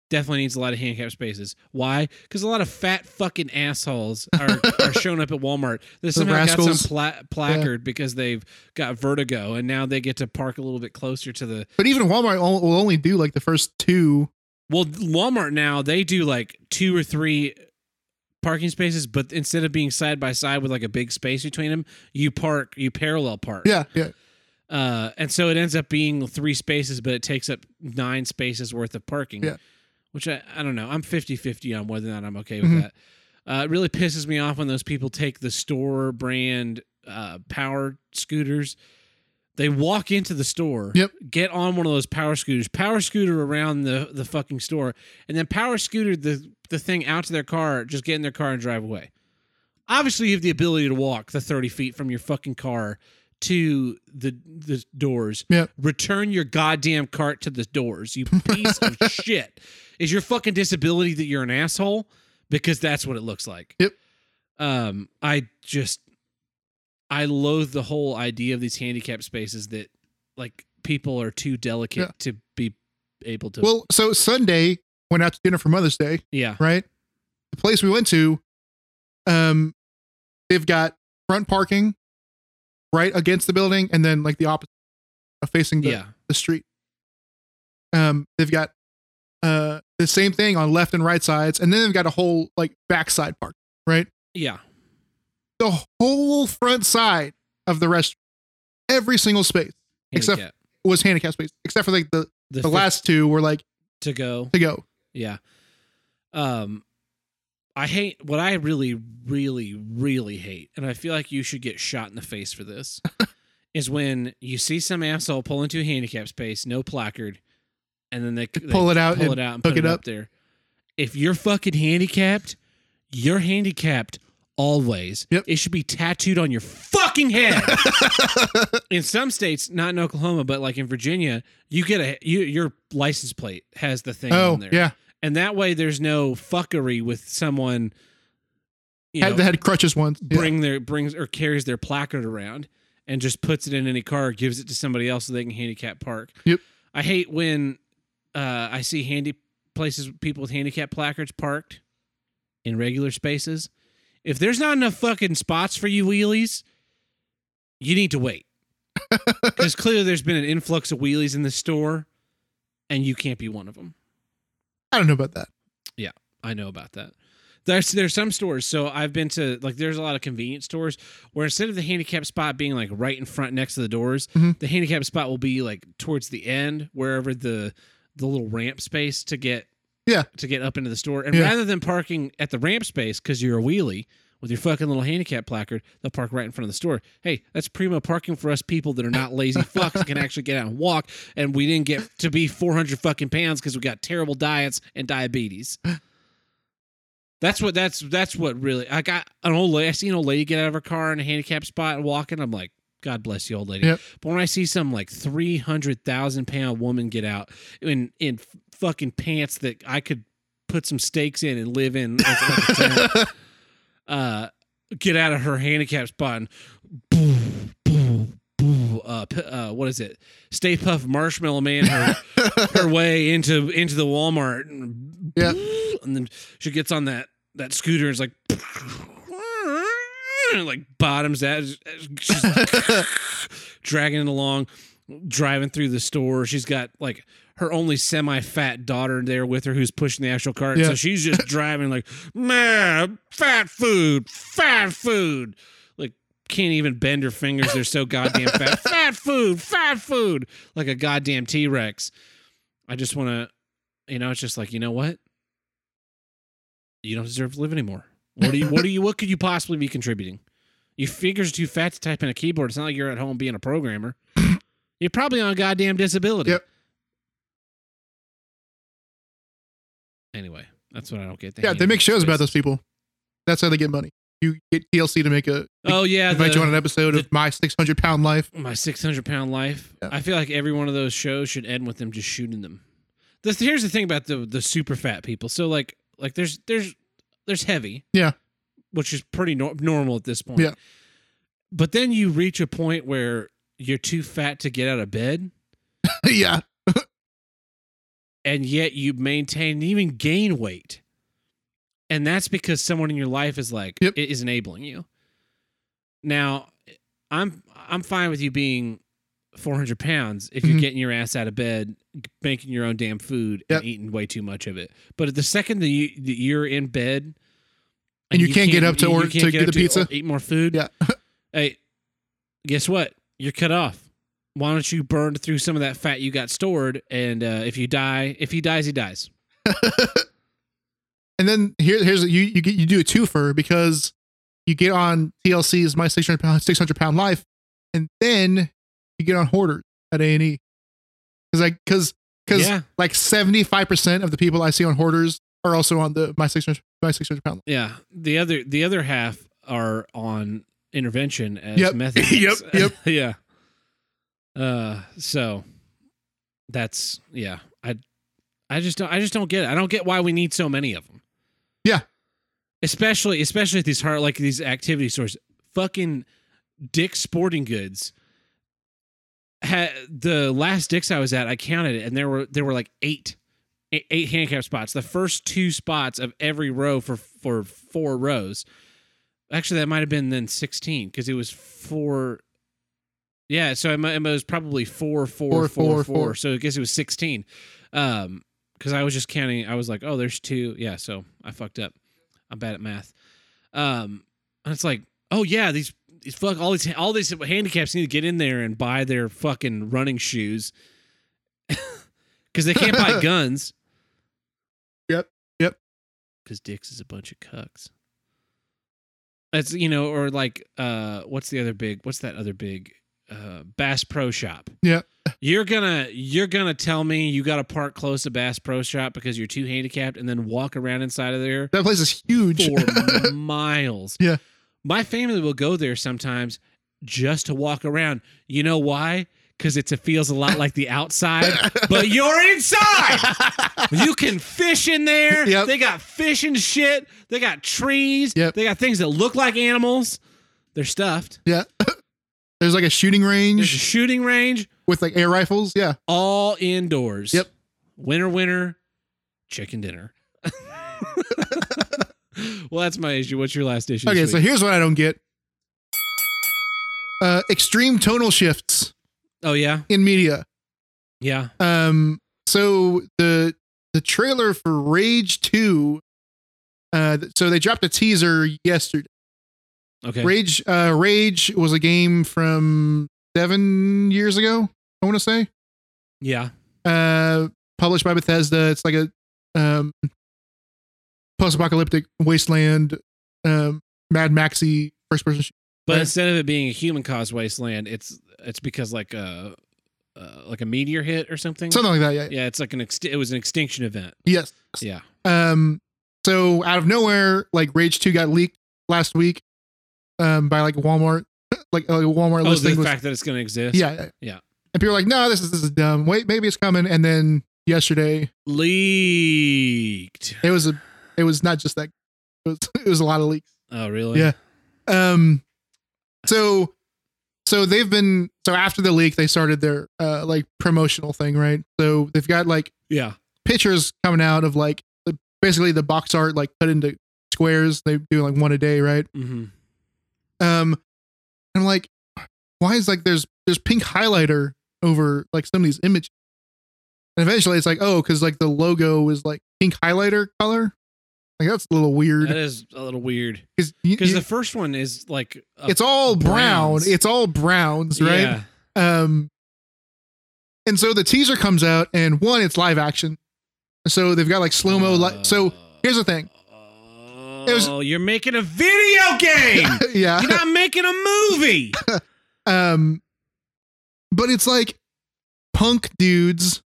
A: Definitely needs a lot of handicap spaces. Why? Because a lot of fat fucking assholes are, are showing up at Walmart. They somehow got some
B: rascals.
A: pla- placard because they've got vertigo and now they get to park a little bit closer to the.
B: But even Walmart on- will only do like the first two.
A: Well, Walmart now, they do like two or three parking spaces, but instead of being side by side with like a big space between them, you park, you parallel park.
B: Yeah, yeah.
A: Uh, and so it ends up being three spaces, but it takes up nine spaces worth of parking.
B: Yeah.
A: Which I, I don't know. I'm 50 50 on whether or not I'm okay with
B: Mhm.
A: that. Uh, it really pisses me off when those people take the store brand uh, power scooters. They walk into the store,
B: Yep.
A: get on one of those power scooters, power scooter around the, the fucking store, and then power scooter the, the thing out to their car, just get in their car and drive away. Obviously, you have the ability to walk the 30 feet from your fucking car to the the doors.
B: Yep.
A: Return your goddamn cart to the doors, you piece of shit. Is your fucking disability that you're an asshole? Because that's what it looks like.
B: Yep.
A: Um, I just I loathe the whole idea of these handicap spaces that like people are too delicate
B: Yeah.
A: to be able to
B: Well, so Sunday went out to dinner for Mother's Day,
A: Yeah.
B: right? The place we went to, um, they've got front parking right against the building, and then like the opposite, uh, facing the,
A: Yeah.
B: the street. Um, they've got uh the same thing on left and right sides, and then they've got a whole like backside park, right?
A: Yeah.
B: The whole front side of the restaurant, every single space Except-
A: Handicap.
B: was handicap space, except for like the
A: the,
B: the
A: fif-
B: last two were like
A: to go.
B: to go.
A: Yeah. Um I hate what I really really really hate and I feel like you should get shot in the face for this is when you see some asshole pull into a handicap space no placard and then they, they
B: Pull it out
A: pull
B: and
A: it out and
B: hook
A: put it
B: it
A: up.
B: up.
A: there. If you're fucking handicapped, you're handicapped always.
B: Yep.
A: It should be tattooed on your fucking head. in some states, not in Oklahoma, but like in Virginia, you get a you, your license plate has the thing
B: Oh
A: on there.
B: yeah,
A: And that way there's no fuckery with someone you
B: had,
A: know,
B: they had crutches once. Yeah.
A: bring their brings or carries their placard around and just puts it in any car, gives it to somebody else so they can handicap park.
B: Yep.
A: I hate when uh, I see handy places people with handicap placards parked in regular spaces. If there's not enough fucking spots for you wheelies, you need to wait. Because clearly there's been an influx of wheelies in the store, and you can't be one of them.
B: I don't know about that.
A: I know about that. There's there's some stores. So I've been to like there's a lot of convenience stores where instead of the handicap spot being like right in front next to the doors,
B: Mhm.
A: the handicap spot will be like towards the end wherever the the little ramp space to get
B: Yeah.
A: to get up into the store. And
B: Yeah.
A: rather than parking at the ramp space because you're a wheelie with your fucking little handicap placard, they'll park right in front of the store. Hey, that's primo parking for us people that are not lazy fucks that can actually get out and walk. And we didn't get to be 400 fucking pounds because we got terrible diets and diabetes. That's what that's that's what really I got an old lady I see an old lady get out of her car in a handicap spot and walking. I'm like, God bless you, old lady.
B: Yep.
A: But when I see some like three hundred thousand pound woman get out in in fucking pants that I could put some stakes in and live in, as like a tenant, uh, get out of her handicap spot and boo boo boo. Uh, p- uh, what is it? Stay Puff Marshmallow Man her, her way into into the Walmart. And,
B: Yeah.
A: and then she gets on that that scooter and is like. Like bottoms out, she's dragging it along, driving through the store. She's got like her only semi-fat daughter there with her who's pushing the actual cart.
B: Yeah.
A: So she's just driving like, man, fat food, fat food. Like can't even bend her fingers. They're so goddamn fat. fat food, fat food. Like a goddamn T-Rex. I just want to, you know, it's just like, you know what? You don't deserve to live anymore. What do you? What do you? What could you possibly be contributing? Your fingers are too fat to type in a keyboard. It's not like you're at home being a programmer. You're probably on a goddamn disability.
B: Yep.
A: Anyway, that's what I don't get.
B: yeah, they make shows about
A: this.
B: those people. That's how they get money. You get TLC to make a
A: Oh yeah,
B: invite you on an
A: the,
B: episode of
A: the-
B: My Six Hundred Pound Life.
A: my six hundred pound life.
B: Yeah.
A: I feel like every one of those shows should end with them just shooting them. This here's the thing about the the super fat people. So like like there's there's there's heavy.
B: Yeah.
A: Which is pretty nor- normal at this point.
B: Yeah.
A: But then you reach a point where you're too fat to get out of bed,
B: yeah,
A: and yet you maintain even gain weight, and that's because someone in your life is like
B: Yep.
A: is enabling you. Now, I'm I'm fine with you being 400 pounds if you're
B: Mhm.
A: getting your ass out of bed, making your own damn food,
B: Yep.
A: and eating way too much of it. But the second that, you, that you're in bed,
B: And you can't get up to
A: you
B: or-
A: can't
B: to
A: get
B: get
A: up
B: the pizza?
A: or eat more food.
B: Yeah.
A: hey, guess what? You're cut off. Why don't you burn through some of that fat you got stored? And uh, if you die, if he dies, he dies.
B: and then here, here's you you get you do a twofer because you get on TLC's My Six Hundred Pound Six Hundred Pound Life, and then you get on Hoarders at A and E because like because because
A: Yeah.
B: like seventy five percent of the people I see on Hoarders are also on the My Six Hundred My Six Hundred Pound. Life.
A: Yeah. The other the other half are on intervention as
B: Yep.
A: method.
B: Yep,
A: acts.
B: yep.
A: yeah. Uh so that's yeah. I I just don't I just don't get it. I don't get why we need so many of them.
B: Yeah.
A: Especially especially at these hard like these activity stores. Fucking Dick Sporting Goods. Had the last Dick's I was at, I counted it, and there were there were like eight eight, eight handicap spots. The first two spots of every row for for four rows. Actually, that might have been then sixteen because it was four. Yeah, so it, mi- it was probably four, four, four, four.
B: Four, four, four.
A: So I guess it was sixteen. Um, because I was just counting. I was like, oh, there's two. Yeah, so I fucked up. I'm bad at math. Um, and it's like, oh yeah, these. these Fuck all these all these handicaps need to get in there and buy their fucking running shoes because they can't buy guns.
B: Yep, yep.
A: Because dicks is a bunch of cucks. That's you know, or like, uh, what's the other big? What's that other big? Uh, Bass Pro Shop.
B: Yeah.
A: You're gonna you're gonna tell me you got to park close to Bass Pro Shop because you're too handicapped, and then walk around inside of there
B: That place is huge.
A: for miles.
B: Yeah.
A: My family will go there sometimes just to walk around. You know why? Because it feels a lot like the outside, but you're inside. you can fish in there.
B: Yep.
A: They got fish and shit. They got trees.
B: Yep.
A: They got things that look like animals. They're stuffed.
B: yeah, there's like a shooting
A: There's a
B: range
A: shooting range,
B: with like air rifles. Yeah,
A: all indoors.
B: Yep.
A: Winter, winter, chicken dinner. well, that's my issue. What's your last issue? this
B: Okay,
A: week?
B: so here's what I don't get. Uh, extreme tonal shifts
A: Oh yeah,
B: in media.
A: yeah.
B: Um, so the the trailer for Rage Two. Uh, th- so they dropped a teaser yesterday.
A: Okay.
B: Rage, uh, Rage was a game from seven years ago. I want to say,
A: yeah.
B: uh, published by Bethesda. It's like a um, post-apocalyptic wasteland, um, Mad Maxi first-person
A: But
B: Right.
A: instead of it being a human caused wasteland, it's it's because like a uh, like a meteor hit or something.
B: something like that. Yeah.
A: yeah, it's like an ext- it was an extinction event.
B: Yes.
A: Yeah.
B: Um, so out of nowhere, like Rage Two got leaked last week, um, by like Walmart, like a Walmart
A: Oh, the
B: listing. Was,
A: fact that it's going to exist.
B: yeah, yeah,
A: Yeah.
B: And people are like, "No, this is this is dumb. Wait, maybe it's coming." And then yesterday,
A: Leaked.
B: it was a, it was not just that. It was, it was a lot of leaks.
A: Oh, really?
B: Yeah. Um, so, so they've been so after the leak, they started their uh like promotional thing, right? So they've got like
A: Yeah.
B: pictures coming out of like the, basically the box art like cut into squares. They do like one a day, right?
A: Mm-hmm.
B: Um, I'm like, why is like there's there's pink highlighter over like some of these images, and eventually it's like, oh, because like the logo is like pink highlighter color. Like that's a little
A: That
B: weird
A: is a little weird
B: because
A: because the first one is like a,
B: it's all brown.
A: browns.
B: It's all browns, right?
A: Yeah.
B: Um, and so the teaser comes out, and one, it's live action, so they've got like slow mo.
A: Uh.
B: li- so here's the thing,
A: Oh,
B: was-
A: you're making a video game.
B: yeah.
A: you're not making a movie.
B: Um, but it's like punk dudes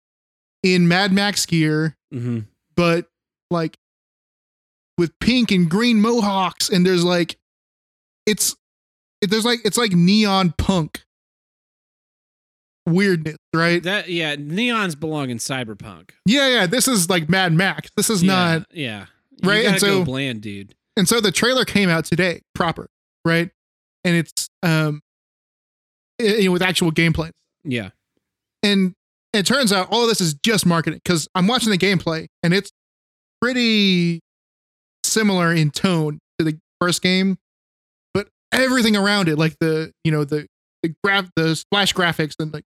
B: in Mad Max gear,
A: mm-hmm.
B: but like with pink and green mohawks, and there's like it's it, there's like it's like neon punk weirdness, right?
A: That yeah, neons belong in cyberpunk.
B: yeah, yeah. This is like Mad Max. This is
A: yeah,
B: not
A: yeah.
B: Right,
A: you
B: and
A: gotta go
B: so-
A: bland, dude.
B: and so the trailer came out today proper right and it's um i- you know, with actual gameplay
A: Yeah,
B: and it turns out all of this is just marketing because i'm watching the gameplay and it's pretty similar in tone to the first game but everything around it like the you know the the graph the splash graphics and like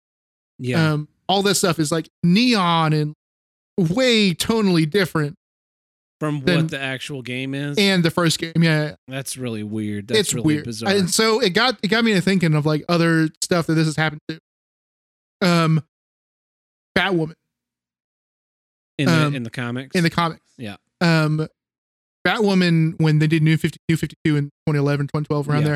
A: yeah.
B: um, all this stuff is like neon and way tonally different
A: From
B: then-
A: what the actual game is,
B: and the first game yeah
A: that's really weird. That's
B: it's
A: really
B: weird.
A: bizarre.
B: And so it got it got me to thinking of like other stuff that this has happened to. Um, Batwoman
A: in, the,
B: um,
A: in the comics,
B: in the comics.
A: Yeah.
B: Um, Batwoman when they did New 52, 52 in 2011, 2012 around
A: Yeah.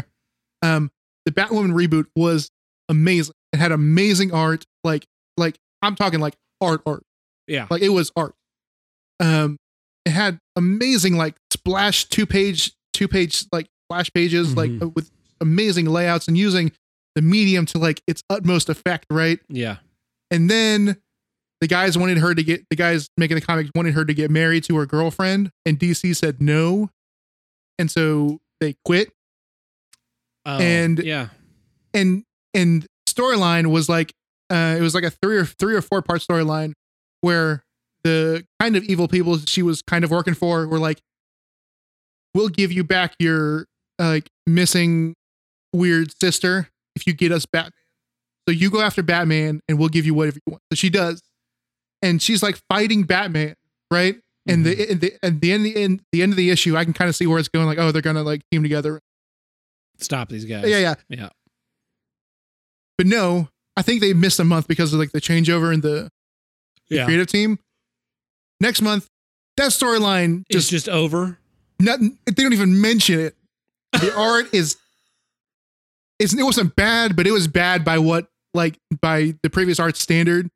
B: there. Um, the Batwoman reboot was amazing. It had amazing art. Like like I'm talking like art art.
A: yeah,
B: Like it was art. Um, it had amazing like splash two page two page like splash pages
A: Mhm.
B: like with amazing layouts and using the medium to like its utmost effect, right?
A: yeah,
B: And then the guys wanted her to get the guys making the comics wanted her to get married to her girlfriend, and DC said no, and so they quit.
A: Oh,
B: And-
A: yeah,
B: and and storyline was like uh it was like a three or three or four part storyline where the kind of evil people she was kind of working for were like we'll give you back your uh, like missing weird sister if you get us batman so you go after batman and we'll give you whatever you want so she does and she's like fighting batman right and the and the and the end the end the end of the issue i can kind of see where it's going like oh they're gonna like team together
A: stop these guys.
B: Oh, yeah yeah
A: yeah.
B: but no i think they missed a month because of like the changeover in the
A: yeah.
B: creative team. Next month, that storyline
A: It's
B: just,
A: just over.
B: nothing. They don't even mention it. The art is, it's, it wasn't bad, but it was bad by what like by the previous art standard,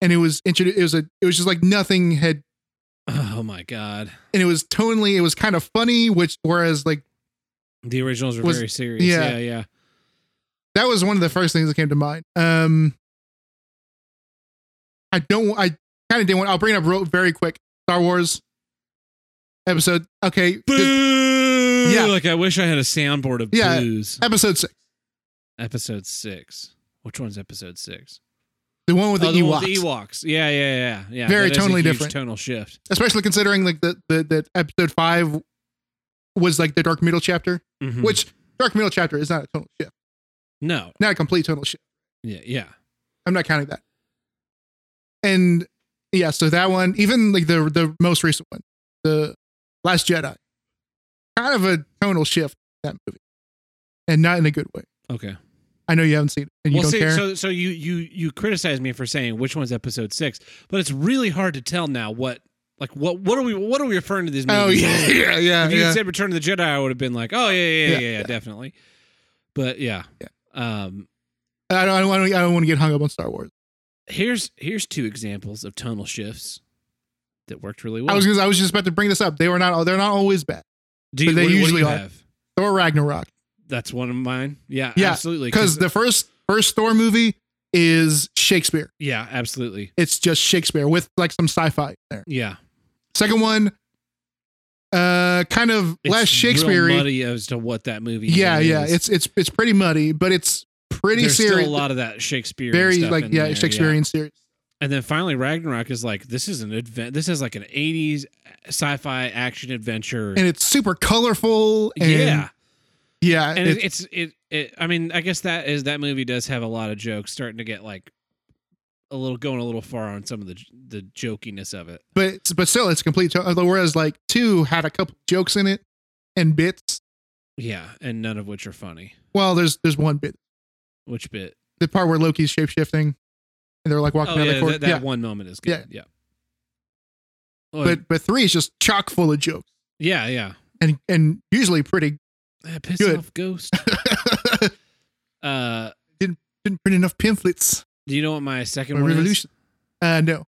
B: and it was introduced. It was a it was just like nothing had,
A: Oh my god,
B: and it was tonally it was kind of funny. Which whereas like
A: the originals were
B: Was-
A: very serious.
B: yeah.
A: yeah, yeah.
B: that was one of the first things that came to mind. Um, I don't. I kind of didn't want. I'll bring it up real very quick. Star Wars episode. Okay, just-
A: Boo!
B: Yeah.
A: Like I wish I had a soundboard of
B: Yeah.
A: boos.
B: episode six.
A: Episode six. Which one's episode six?
B: The one with the,
A: oh,
B: Ewoks.
A: one with the Ewoks. Yeah, yeah, yeah, yeah.
B: Very
A: That is a
B: tonally
A: huge
B: different.
A: Tonal shift.
B: Especially considering like the, the that episode five was like the Dark Middle chapter,
A: Mhm.
B: which Dark Middle chapter is not a total shift,
A: no,
B: not a complete total shift.
A: yeah, yeah,
B: I'm not counting that. And yeah, so that one, even like the the most recent one, the Last Jedi, kind of a tonal shift in that movie, and not in a good way.
A: okay.
B: I know you haven't seen it and you
A: well,
B: don't
A: see,
B: care.
A: so so you you you criticize me for saying which one's episode six, but it's really hard to tell now what like what what are we what are we referring to these movies?
B: oh yeah,
A: as?
B: yeah, yeah.
A: If you
B: yeah.
A: had said Return of the Jedi, I would have been like, oh yeah, yeah, yeah,
B: Yeah,
A: yeah, yeah, definitely. But yeah,
B: Yeah.
A: um,
B: I don't, I don't, I don't want to get hung up on Star Wars.
A: here's here's two examples of tonal shifts that worked really well.
B: I was, gonna, I was just about to bring this up. They were not, they're not always bad.
A: do you,
B: but they
A: what- what do
B: usually
A: you
B: are.
A: have?
B: Thor Ragnarok.
A: That's one of mine. Yeah,
B: Yeah,
A: absolutely.
B: because the first first Thor movie is Shakespeare.
A: yeah, absolutely.
B: It's just Shakespeare with like some sci-fi in there.
A: Yeah,
B: Second one, uh, kind of
A: It's
B: less Shakespeare.
A: Real
B: Yeah,
A: muddy as to what that movie. even
B: yeah,
A: is.
B: it's it's it's pretty muddy, but it's pretty
A: There's
B: serious.
A: Still a lot of that Shakespeare.
B: very
A: stuff
B: like
A: in
B: yeah,
A: there,
B: Shakespearean serious.
A: And then finally, Ragnarok is like this is an advent. This is like an '80s sci-fi action adventure.
B: and it's super colorful. And,
A: yeah,
B: yeah,
A: and
B: it's,
A: it, it's it, it. I mean, I guess that is that movie does have a lot of jokes, starting to get like a little going a little far on some of the the jokiness of it.
B: but it's- but still, it's complete. To- whereas like two had a couple jokes in it and bits.
A: Yeah, and none of which are funny.
B: Well, there's there's one bit,
A: Which bit?
B: the part where Loki's shape shifting, and they're like walking
A: Oh
B: down
A: yeah,
B: the court.
A: that, that one moment is good. Yeah. Well,
B: but but three is just chock full of jokes
A: yeah, yeah.
B: and and usually pretty
A: Ah, Piss
B: Good.
A: off, ghost.
B: didn't
A: uh,
B: print enough pamphlets
A: do you know what my second
B: for
A: one is?
B: revolution uh no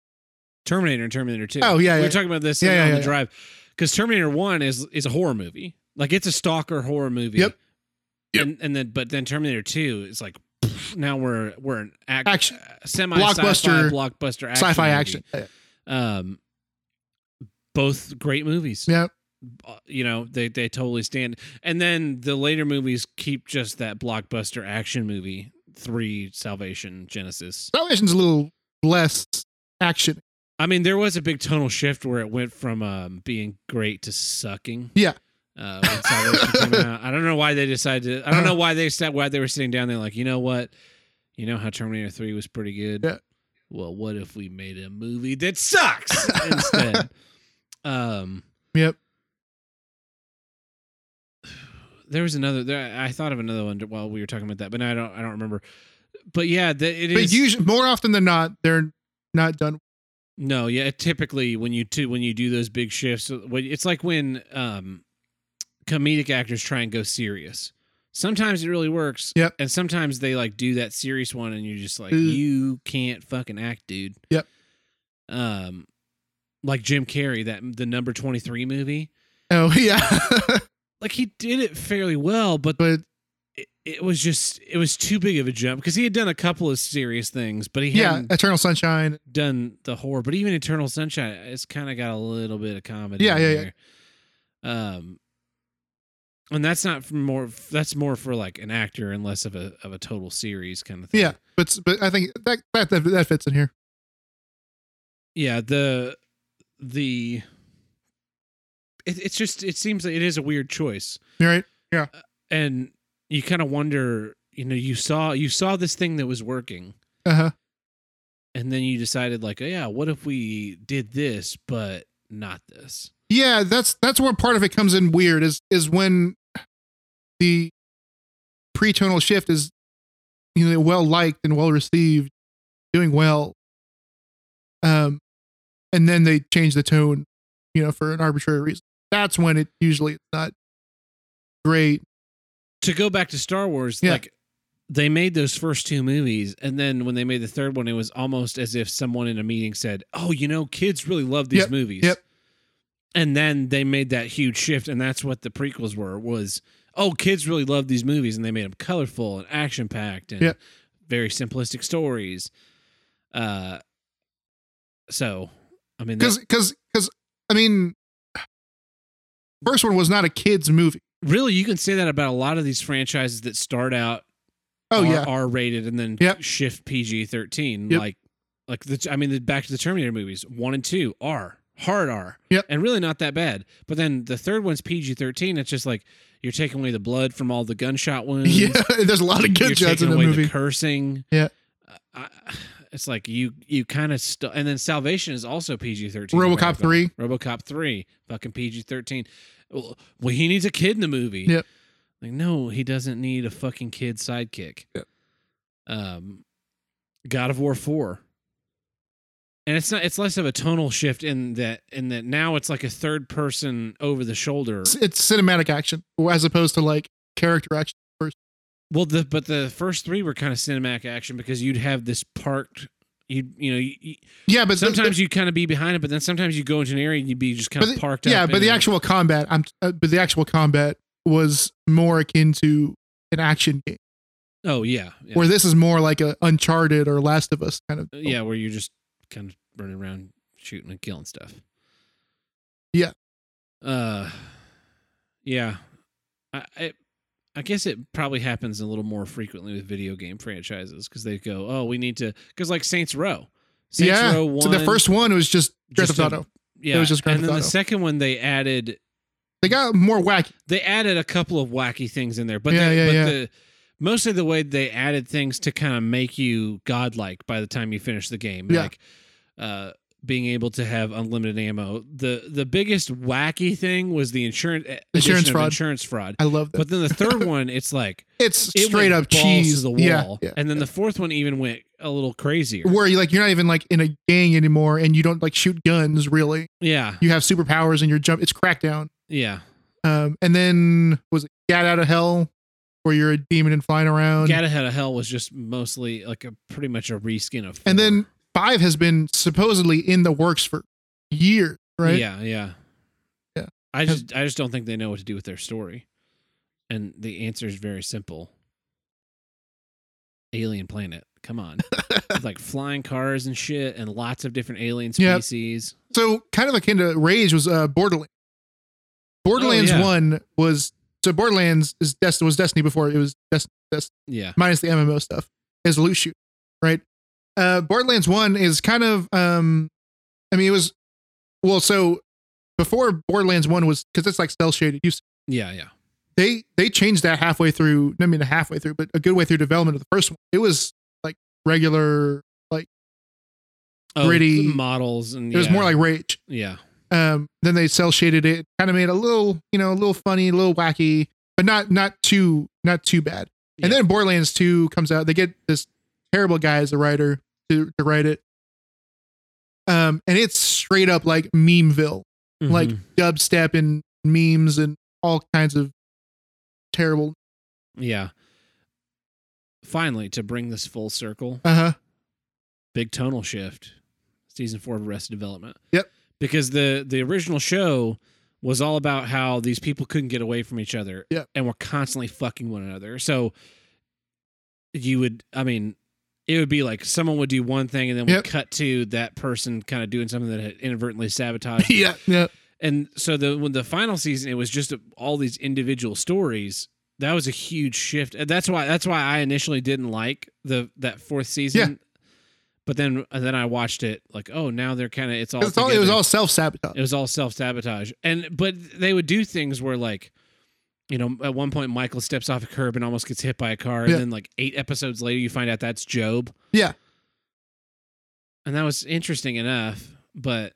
A: Terminator and Terminator Two.
B: Oh, yeah,
A: we
B: yeah.
A: were talking about this
B: Yeah,
A: on
B: yeah,
A: the
B: yeah.
A: drive because Terminator One is is a horror movie, like it's a stalker horror movie.
B: Yep. Yep.
A: And, and then, but then Terminator Two is like pff, now we're we're an act,
B: Action.
A: semi
B: Blockbuster-
A: blockbuster blockbuster action
B: sci-fi
A: movie.
B: action. Yeah.
A: Um, both great movies.
B: Yeah.
A: Uh, You know they they totally stand. And then the later movies keep just that blockbuster action movie. Three Salvation Genesis.
B: Salvation's a little less action.
A: I mean, there was a big tonal shift where it went from um, being great to sucking.
B: Yeah.
A: Uh, when Salvation came out. I don't know why they decided. To, I don't know why they sat. Why they were sitting down there, like you know what, you know how Terminator Three was pretty good.
B: Yeah.
A: Well, what if we made a movie that sucks instead? um,
B: Yep.
A: there was another. There, I thought of another one while we were talking about that, but now I don't. I don't remember. But yeah, the, it is.
B: But usually, more often than not, they're not done.
A: No, yeah. Typically, when you do when you do those big shifts, uh, when- it's like when um, comedic actors try and go serious. Sometimes it really works.
B: Yep.
A: And sometimes they like do that serious one, and you're just like,
B: Mm.
A: you can't fucking act, dude.
B: Yep.
A: Um, like Jim Carrey, that the number twenty three movie,
B: Oh yeah,
A: like he did it fairly well, but
B: but
A: it, it was just it was too big of a jump because he had done a couple of serious things, but he
B: yeah,
A: hadn't
B: Eternal Sunshine.
A: done the horror, but even Eternal Sunshine, it's kind of got a little bit of comedy.
B: Yeah,
A: in
B: yeah, yeah.
A: there. Um, and that's not for more. That's more for like an actor and less of a of a total series kind of thing.
B: Yeah, but but I think that that that, that fits in here.
A: yeah. The the it, it's just it seems like it is a weird choice,
B: You're right.
A: and you kind of wonder. You know, you saw you saw this thing that was working,
B: Uh huh.
A: and then you decided like, oh, yeah, what if we did this but not this?
B: Yeah, that's that's where part of it comes in weird is is when the pretonal shift is you know well liked and well received, doing well. Um, and then they change the tone, you know, for an arbitrary reason. That's when it usually it's not great.
A: to go back to Star Wars,
B: Yeah.
A: like they made those first two movies, and then when they made the third one, it was almost as if someone in a meeting said, "Oh, you know, kids really love these
B: Yep,
A: movies."
B: yep.
A: And then they made that huge shift, and that's what the prequels were: was oh, kids really love these movies, and they made them colorful and action packed and
B: Yep.
A: very simplistic stories. Uh, so I mean, that
B: because because because I mean, first one was not a kids movie.
A: really, you can say that about a lot of these franchises that start out R,
B: Oh yeah,
A: R rated and then
B: Yep.
A: shift PG thirteen.
B: Yep.
A: Like like the I mean the back to the Terminator movies one and two R hard R.
B: Yep.
A: And really not that bad. But then the third one's PG thirteen. It's just like you're taking away the blood from all the gunshot wounds.
B: yeah. There's a lot of
A: You're
B: good shots
A: taking
B: in the
A: away
B: movie.
A: the cursing.
B: Yeah.
A: Uh, I, it's like you you kind of st- and then Salvation is also PG thirteen.
B: RoboCop three.
A: RoboCop three fucking PG thirteen. Well, well, he needs a kid in the movie.
B: Yep.
A: Like no, he doesn't need a fucking kid sidekick.
B: Yep.
A: Um, God of War four. And it's not. It's less of a tonal shift in that. In that now it's like a third person over the shoulder.
B: It's, it's cinematic action as opposed to like character action.
A: Well, the but the first three were kind of cinematic action because you'd have this parked. You you know you,
B: Yeah, but the-
A: sometimes you kind of be behind it, but then sometimes you go into an area and you'd be just
B: the-
A: kind
B: but
A: of
B: the-
A: parked up.
B: yeah, but
A: in
B: the
A: it.
B: actual combat, I'm uh, but the actual combat was more akin to an action game,
A: Oh yeah, yeah.
B: where this is more like a Uncharted or Last of Us kind of.
A: Uh, yeah, where you're just kind of running around shooting and killing stuff.
B: Yeah.
A: Uh, yeah. I, I, I guess it probably happens a little more frequently with video game franchises because they go, "Oh, we need to," because like Saints Row, Saints
B: yeah.
A: Row one.
B: so the first one was just Grand
A: Just
B: Theft
A: a-
B: Auto.
A: yeah,
B: was just Grand
A: and then
B: Theft
A: the
B: Auto.
A: second one they added
B: They got more wacky.
A: they added a couple of wacky things in there, but
B: Yeah,
A: they,
B: yeah,
A: but
B: yeah.
A: the mostly the way they added things to kind of make you godlike by the time you finish the game,
B: Yeah.
A: like uh, being able to have unlimited ammo. the The biggest wacky thing was the insurance eh, addition of
B: fraud.
A: Insurance fraud.
B: I love that.
A: But then the third one, it's like
B: it's
A: it
B: straight
A: went
B: up
A: balls
B: cheese.
A: to the wall,
B: Yeah, yeah.
A: and then the fourth one even went a little crazier.
B: where you like you're not even like in a gang anymore and you don't like shoot guns really
A: Yeah,
B: you have superpowers and you're jump it's crackdown
A: yeah.
B: um and then was it gat out of hell where you're a demon and flying around
A: Gat Ahead of Hell was just mostly like a pretty much a reskin of.
B: and
A: four.
B: then five has been supposedly in the works for years, right?
A: Yeah, yeah,
B: Yeah.
A: I just I just don't think they know what to do with their story, and the answer is very simple. Alien planet. Come on, With, like flying cars and shit, and lots of different alien
B: Yep.
A: species.
B: So kind of akin to Rage was uh, Borderlands. Borderlands
A: Oh, yeah.
B: one was so Borderlands is Destiny was Destiny before it was Destiny
A: Yeah,
B: minus the MMO stuff is loot shoot, right? Uh, Borderlands one is kind of um, I mean it was well so before Borderlands one was because it's like cell shaded. You
A: yeah, yeah.
B: they they changed that halfway through. I mean, halfway through, but a good way through development of the first one. It was like regular.
A: Oh,
B: Gritty.
A: models, and
B: It was
A: yeah,
B: more like Rage.
A: yeah,
B: Um, then they cell shaded it, kind of made it a little, you know, a little funny, a little wacky, but not not too not too bad. And
A: Yeah.
B: then Borderlands Two comes out. They get this terrible guy as a writer to to write it. Um, and it's straight up like memeville, like
A: Mhm.
B: dubstep and memes and all kinds of terrible.
A: Mm-hmm. yeah. Finally, to bring this full circle,
B: Uh huh.
A: big tonal shift season four of arrested development
B: Yep.
A: because the the original show was all about how these people couldn't get away from each other
B: Yep.
A: and were constantly fucking one another so you would i mean it would be like someone would do one thing and then we
B: Yep.
A: would cut to that person kind of doing something that had inadvertently sabotaged
B: Yeah. Yeah.
A: and so the when the final season it was just all these individual stories that was a huge shift and that's why that's why i initially didn't like the that fourth season but then and then i watched it like oh now they're kind of it's all,
B: It's all, it was
A: together.
B: all self sabotage.
A: it was all self-sabotage and but they would do things where like you know at one point michael steps off a curb and almost gets hit by a car
B: Yeah.
A: and then like eight episodes later you find out that's job
B: Yeah.
A: and that was interesting enough but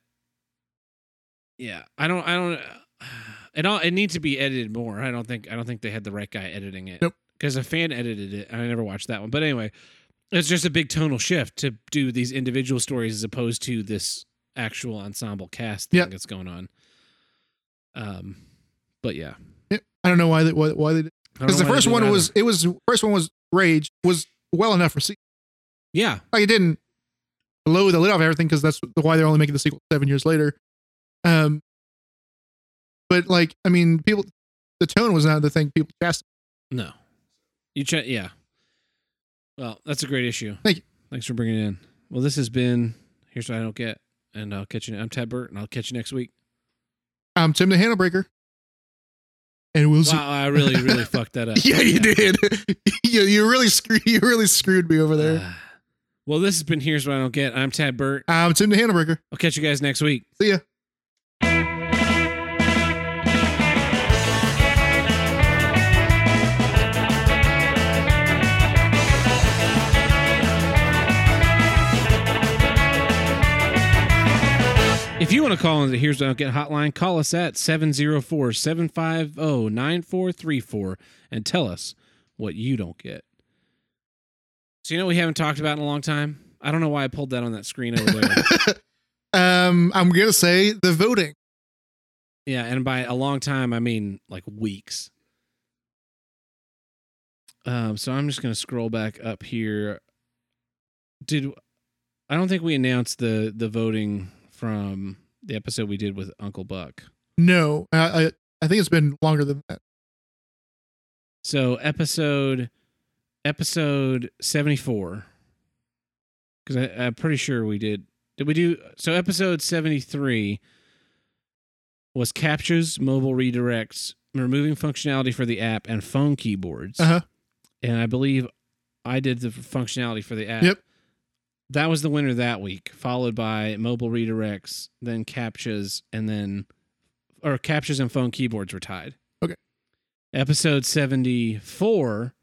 A: yeah i don't i don't it all it needs to be edited more i don't think i don't think they had the right guy editing it
B: Nope.
A: because a fan edited it and i never watched that one but anyway it's just a big tonal shift to do these individual stories as opposed to this actual ensemble cast thing
B: Yep.
A: that's going on um but yeah
B: I don't know why they why, why they
A: I don't
B: because
A: know
B: the
A: why they
B: first
A: do
B: one
A: either.
B: was it was first one was Rage was well enough for se-
A: yeah
B: like it didn't blow the lid off everything because that's why they're only making the sequel seven years later. Um, but like I mean, people the tone was not the thing people cast.
A: no you check yeah well that's a great issue
B: Thank you.
A: thanks for bringing it in well this has been here's what i don't get and i'll catch you i'm ted burt and i'll catch you next week
B: Um, Tim the Handlebreaker, and we'll see.
A: wow i really really fucked that up
B: Yeah, you did. you you really screwed you really screwed me over there.
A: Ah. well this has been here's what i don't get i'm tad burt
B: Um, Tim the Handlebreaker.
A: i'll catch you guys next week
B: See ya.
A: If you want to call in the Here's What I Don't Get hotline, call us at 704 750 9434 and tell us what you don't get. So, you know, what we haven't talked about in a long time. I don't know why I pulled that on that screen over there.
B: Um, I'm gonna say the voting.
A: yeah, and by a long time, I mean like weeks. Um, so I'm just going to scroll back up here. Did I don't think we announced the the voting from the episode we did with Uncle Buck.
B: No, I, I I think it's been longer than that.
A: So episode episode seventy four. Because I'm pretty sure we did. Did we do so? Episode seventy three was captures, mobile redirects, removing functionality for the app, and phone keyboards.
B: Uh-huh.
A: And I believe I did the functionality for the app.
B: Yep.
A: That was the winner that week, followed by mobile redirects, then captures, and then or captures and phone keyboards were tied.
B: Okay.
A: Episode 74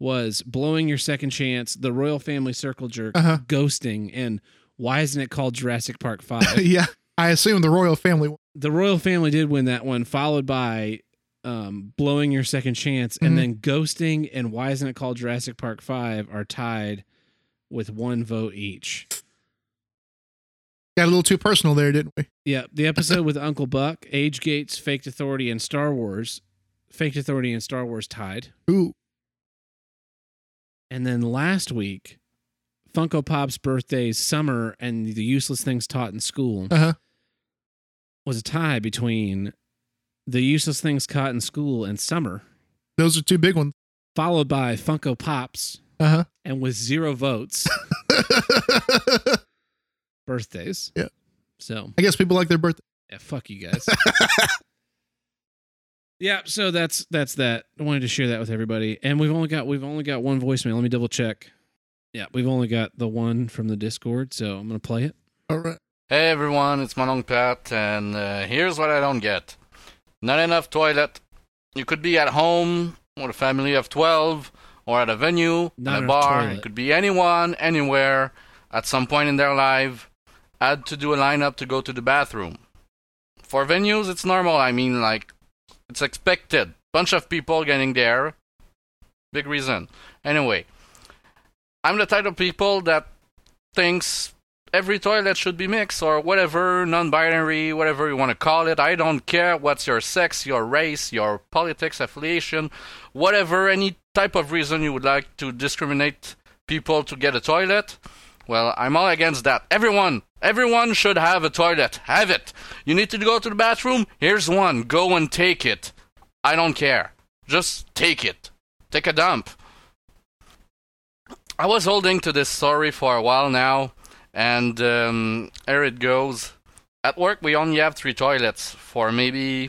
A: was blowing your second chance, the royal family circle jerk,
B: Uh huh.
A: ghosting, and why isn't it called Jurassic Park 5?
B: yeah, I assume the royal family. won.
A: the royal family did win that one, followed by um, blowing your second chance, and
B: Mhm.
A: then ghosting and why isn't it called Jurassic Park Five are tied with one vote each.
B: Got a little too personal there, didn't we?
A: Yeah, the episode with Uncle Buck, Age Gates, Faked Authority, and Star Wars, Faked Authority and Star Wars tied,
B: Ooh,
A: and then last week, Funko Pop's birthday summer and the useless things taught in school
B: Uh huh.
A: was a tie between the useless things taught in school and summer,
B: Those are two big ones.
A: followed by Funko Pop's
B: Uh
A: and with zero votes,
B: huh.
A: birthdays.
B: Yeah.
A: So
B: I guess people like their birthday.
A: yeah, fuck you guys. yeah, so that's that's that. I wanted to share that with everybody. And we've only got we've only got one voicemail. Let me double check. Yeah, we've only got the one from the Discord, so I'm gonna play it.
B: All right.
E: Hey everyone, it's Manong Pat, and uh, here's what I don't get. Not enough toilet. You could be at home, or a family of 12, or at a venue,
A: Not
E: at a
A: enough
E: bar.
A: toilet.
E: It could be anyone, anywhere, at some point in their life, had to do a lineup to go to the bathroom. For venues, it's normal. I mean, like, it's expected. Bunch of people getting there. Big reason. Anyway, I'm the type of people that thinks every toilet should be mixed or whatever, non binary, whatever you want to call it. I don't care what's your sex, your race, your politics affiliation, whatever, any type of reason you would like to discriminate people to get a toilet. Well, I'm all against that. Everyone, everyone should have a toilet. Have it. You need to go to the bathroom? Here's one. Go and take it. I don't care. Just take it. Take a dump. I was holding to this story for a while now, and um, here it goes. At work, we only have three toilets for maybe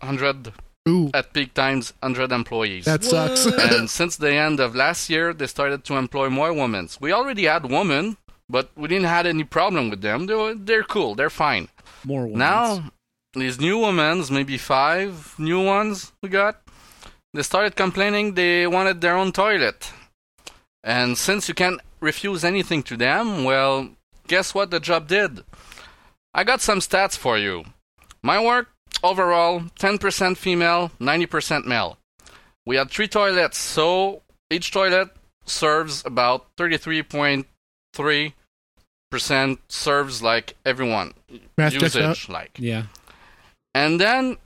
E: 100
B: Ooh,
E: at peak times, 100 employees.
B: that sucks.
E: and since the end of last year, they started to employ more women. We already had women, but we didn't had any problem with them. They were, they're cool. They're fine.
A: More ones.
E: Now, these new women's, maybe five new ones we got, they started complaining they wanted their own toilet. And since you can't refuse anything to them, well, guess what the job did? I got some stats for you. My work, overall, 10% female, 90% male. We had three toilets, so each toilet serves about 33.3% serves like everyone
B: Math checks out.
E: usage like
A: Yeah.
E: and then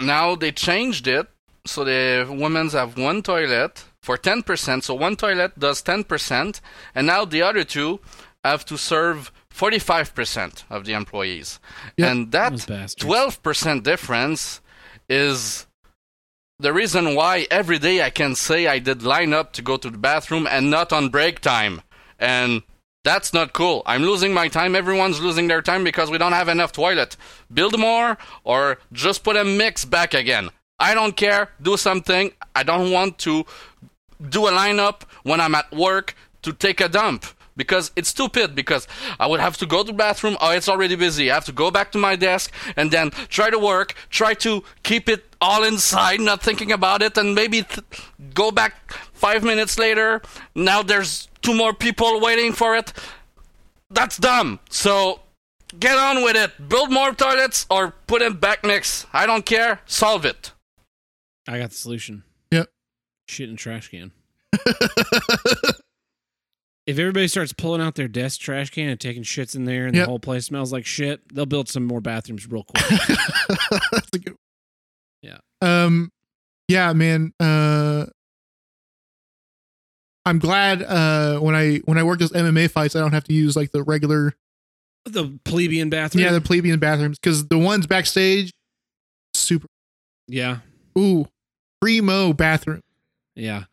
E: now they changed it so the women's have one toilet for 10% so one toilet does 10% and now the other two have to serve 45% of the employees
B: Yeah,
E: and that
A: those bastards.
E: 12% difference is the reason why every day I can say I did line up to go to the bathroom and not on break time. And that's not cool. I'm losing my time. Everyone's losing their time because we don't have enough toilet. Build more or just put a mix back again. I don't care. Do something. I don't want to do a lineup when I'm at work to take a dump because it's stupid because I would have to go to the bathroom oh it's already busy I have to go back to my desk and then try to work try to keep it all inside not thinking about it and maybe th- go back 5 minutes later now there's two more people waiting for it that's dumb so get on with it build more toilets or put in back mix I don't care solve it
A: I got the solution.
B: Yep.
A: Shit in a trash can. if everybody starts pulling out their desk trash can and taking shits in there and
B: Yep.
A: the whole place smells like shit, they'll build some more bathrooms real quick.
B: That's a good.
A: Yeah.
B: Um. Yeah, man. Uh. I'm glad uh when I when I work those MMA fights I don't have to use like the regular
A: the plebeian bathroom.
B: yeah the plebeian bathrooms because the ones backstage super
A: yeah.
B: ooh primo bathroom
A: Yeah.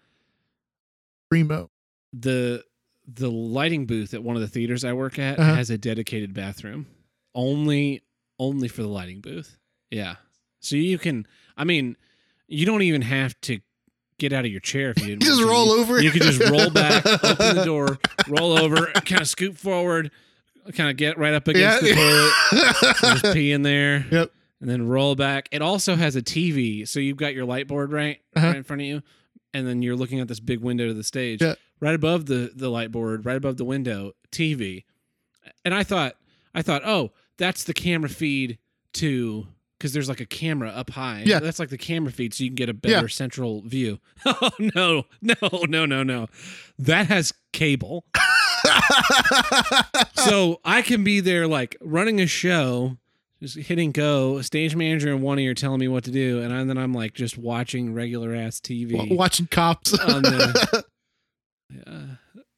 B: primo
A: The the lighting booth at one of the theaters I work at
B: Uh-huh.
A: has a dedicated bathroom. Only only for the lighting booth. Yeah. So you can I mean, you don't even have to get out of your chair if you didn't
B: just
A: want to.
B: roll over
A: You can just roll back, open the door, roll over, kind of scoop forward, kind of get right up against the toilet, and just pee in there.
B: Yep.
A: And then roll back. It also has a TV, so you've got your light board right,
B: Uh-huh.
A: right in front of you, and then you're looking at this big window to the stage.
B: Yeah.
A: Right above the the light board, right above the window, TV. And I thought, I thought, oh, that's the camera feed to because there's like a camera up high.
B: Yeah.
A: That's like the camera feed, so you can get a
B: Yeah.
A: better central view. Oh no, no, no, no, no. That has cable. so I can be there like running a show, just hitting go, a stage manager in one ear telling me what to do, and I- then I'm like just watching regular ass TV
B: watching cops
A: on the uh,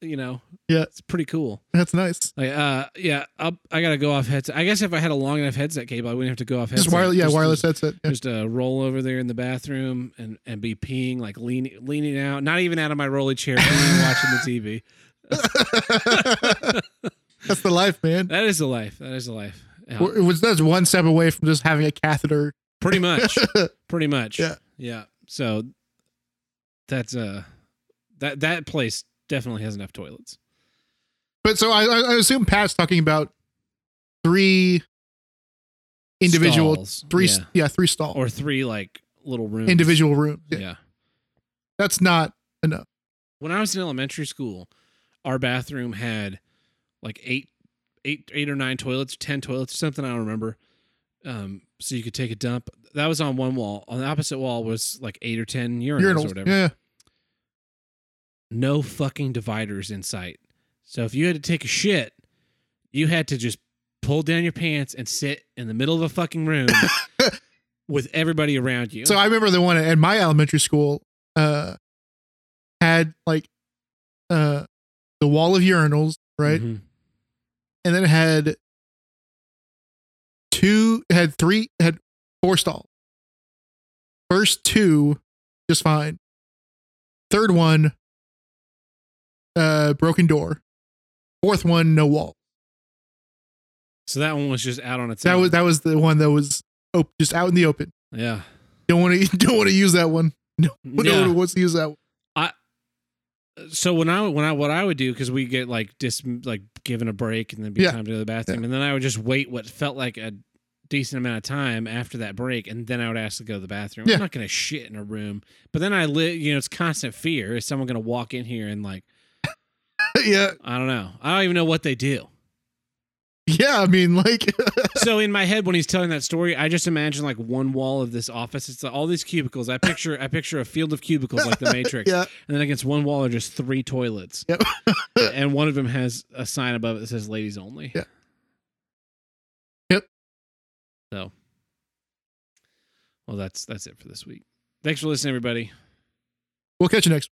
A: you know,
B: Yeah.
A: it's pretty cool.
B: That's nice.
A: Like, uh, yeah, I'll, I gotta go off headset. I guess if I had a long enough headset cable, I wouldn't have to go off headset.
B: Just wireless, yeah, wireless
A: Just,
B: headset. Yeah.
A: just uh, roll over there in the bathroom and and be peeing like leaning leaning out, not even out of my rolly chair, peeing, watching the TV.
B: That's the life, man.
A: That is the life. That is the life. Yeah.
B: We're- It was that's one step away from just having a catheter.
A: pretty much. pretty much.
B: Yeah.
A: Yeah. So that's uh that that place definitely has enough toilets.
B: But so I, I I assume Pat's talking about three individual
A: Stalls.
B: three
A: yeah.
B: yeah, three stalls
A: or three like little rooms.
B: individual rooms. Yeah.
A: Yeah.
B: That's not enough.
A: when I was in elementary school, our bathroom had like eight, eight, eight or nine toilets, ten toilets, something I don't remember. Um, so you could take a dump. That was on one wall. On the opposite wall was like eight or ten urinals, or
B: Urinals.
A: whatever.
B: Yeah.
A: No fucking dividers in sight. So if you had to take a shit, you had to just pull down your pants and sit in the middle of a fucking room with everybody around you.
B: So I remember the one at my elementary school uh had like uh the wall of urinals, right?
A: Mhm.
B: And then it had two it had three it had four stalls. First two just fine. Third one uh broken door. Fourth one no wall.
A: So that one was just out on its
B: That
A: own.
B: was that was the one that was op- just out in the open.
A: yeah.
B: Don't want to don't want to use that one. No, no
A: Yeah.
B: one wants to use that one.
A: so when I when I what I would do because we get like dis like given a break and then be
B: Yeah.
A: time to go to the bathroom and then I would just wait what felt like a decent amount of time after that break and then I would ask to go to the bathroom.
B: Yeah.
A: I'm not gonna shit in a room, but then I live you know it's constant fear is someone gonna walk in here and like
B: yeah.
A: I don't know I don't even know what they do.
B: Yeah, I mean, like,
A: so in my head when he's telling that story, I just imagine like one wall of this office. It's all these cubicles. I picture I picture a field of cubicles like the Matrix.
B: yeah,
A: And then against one wall are just three toilets.
B: Yep.
A: and one of them has a sign above it that says ladies only.
B: Yeah. Yep.
A: So well that's that's it for this week. Thanks for listening, everybody.
B: we'll catch you next.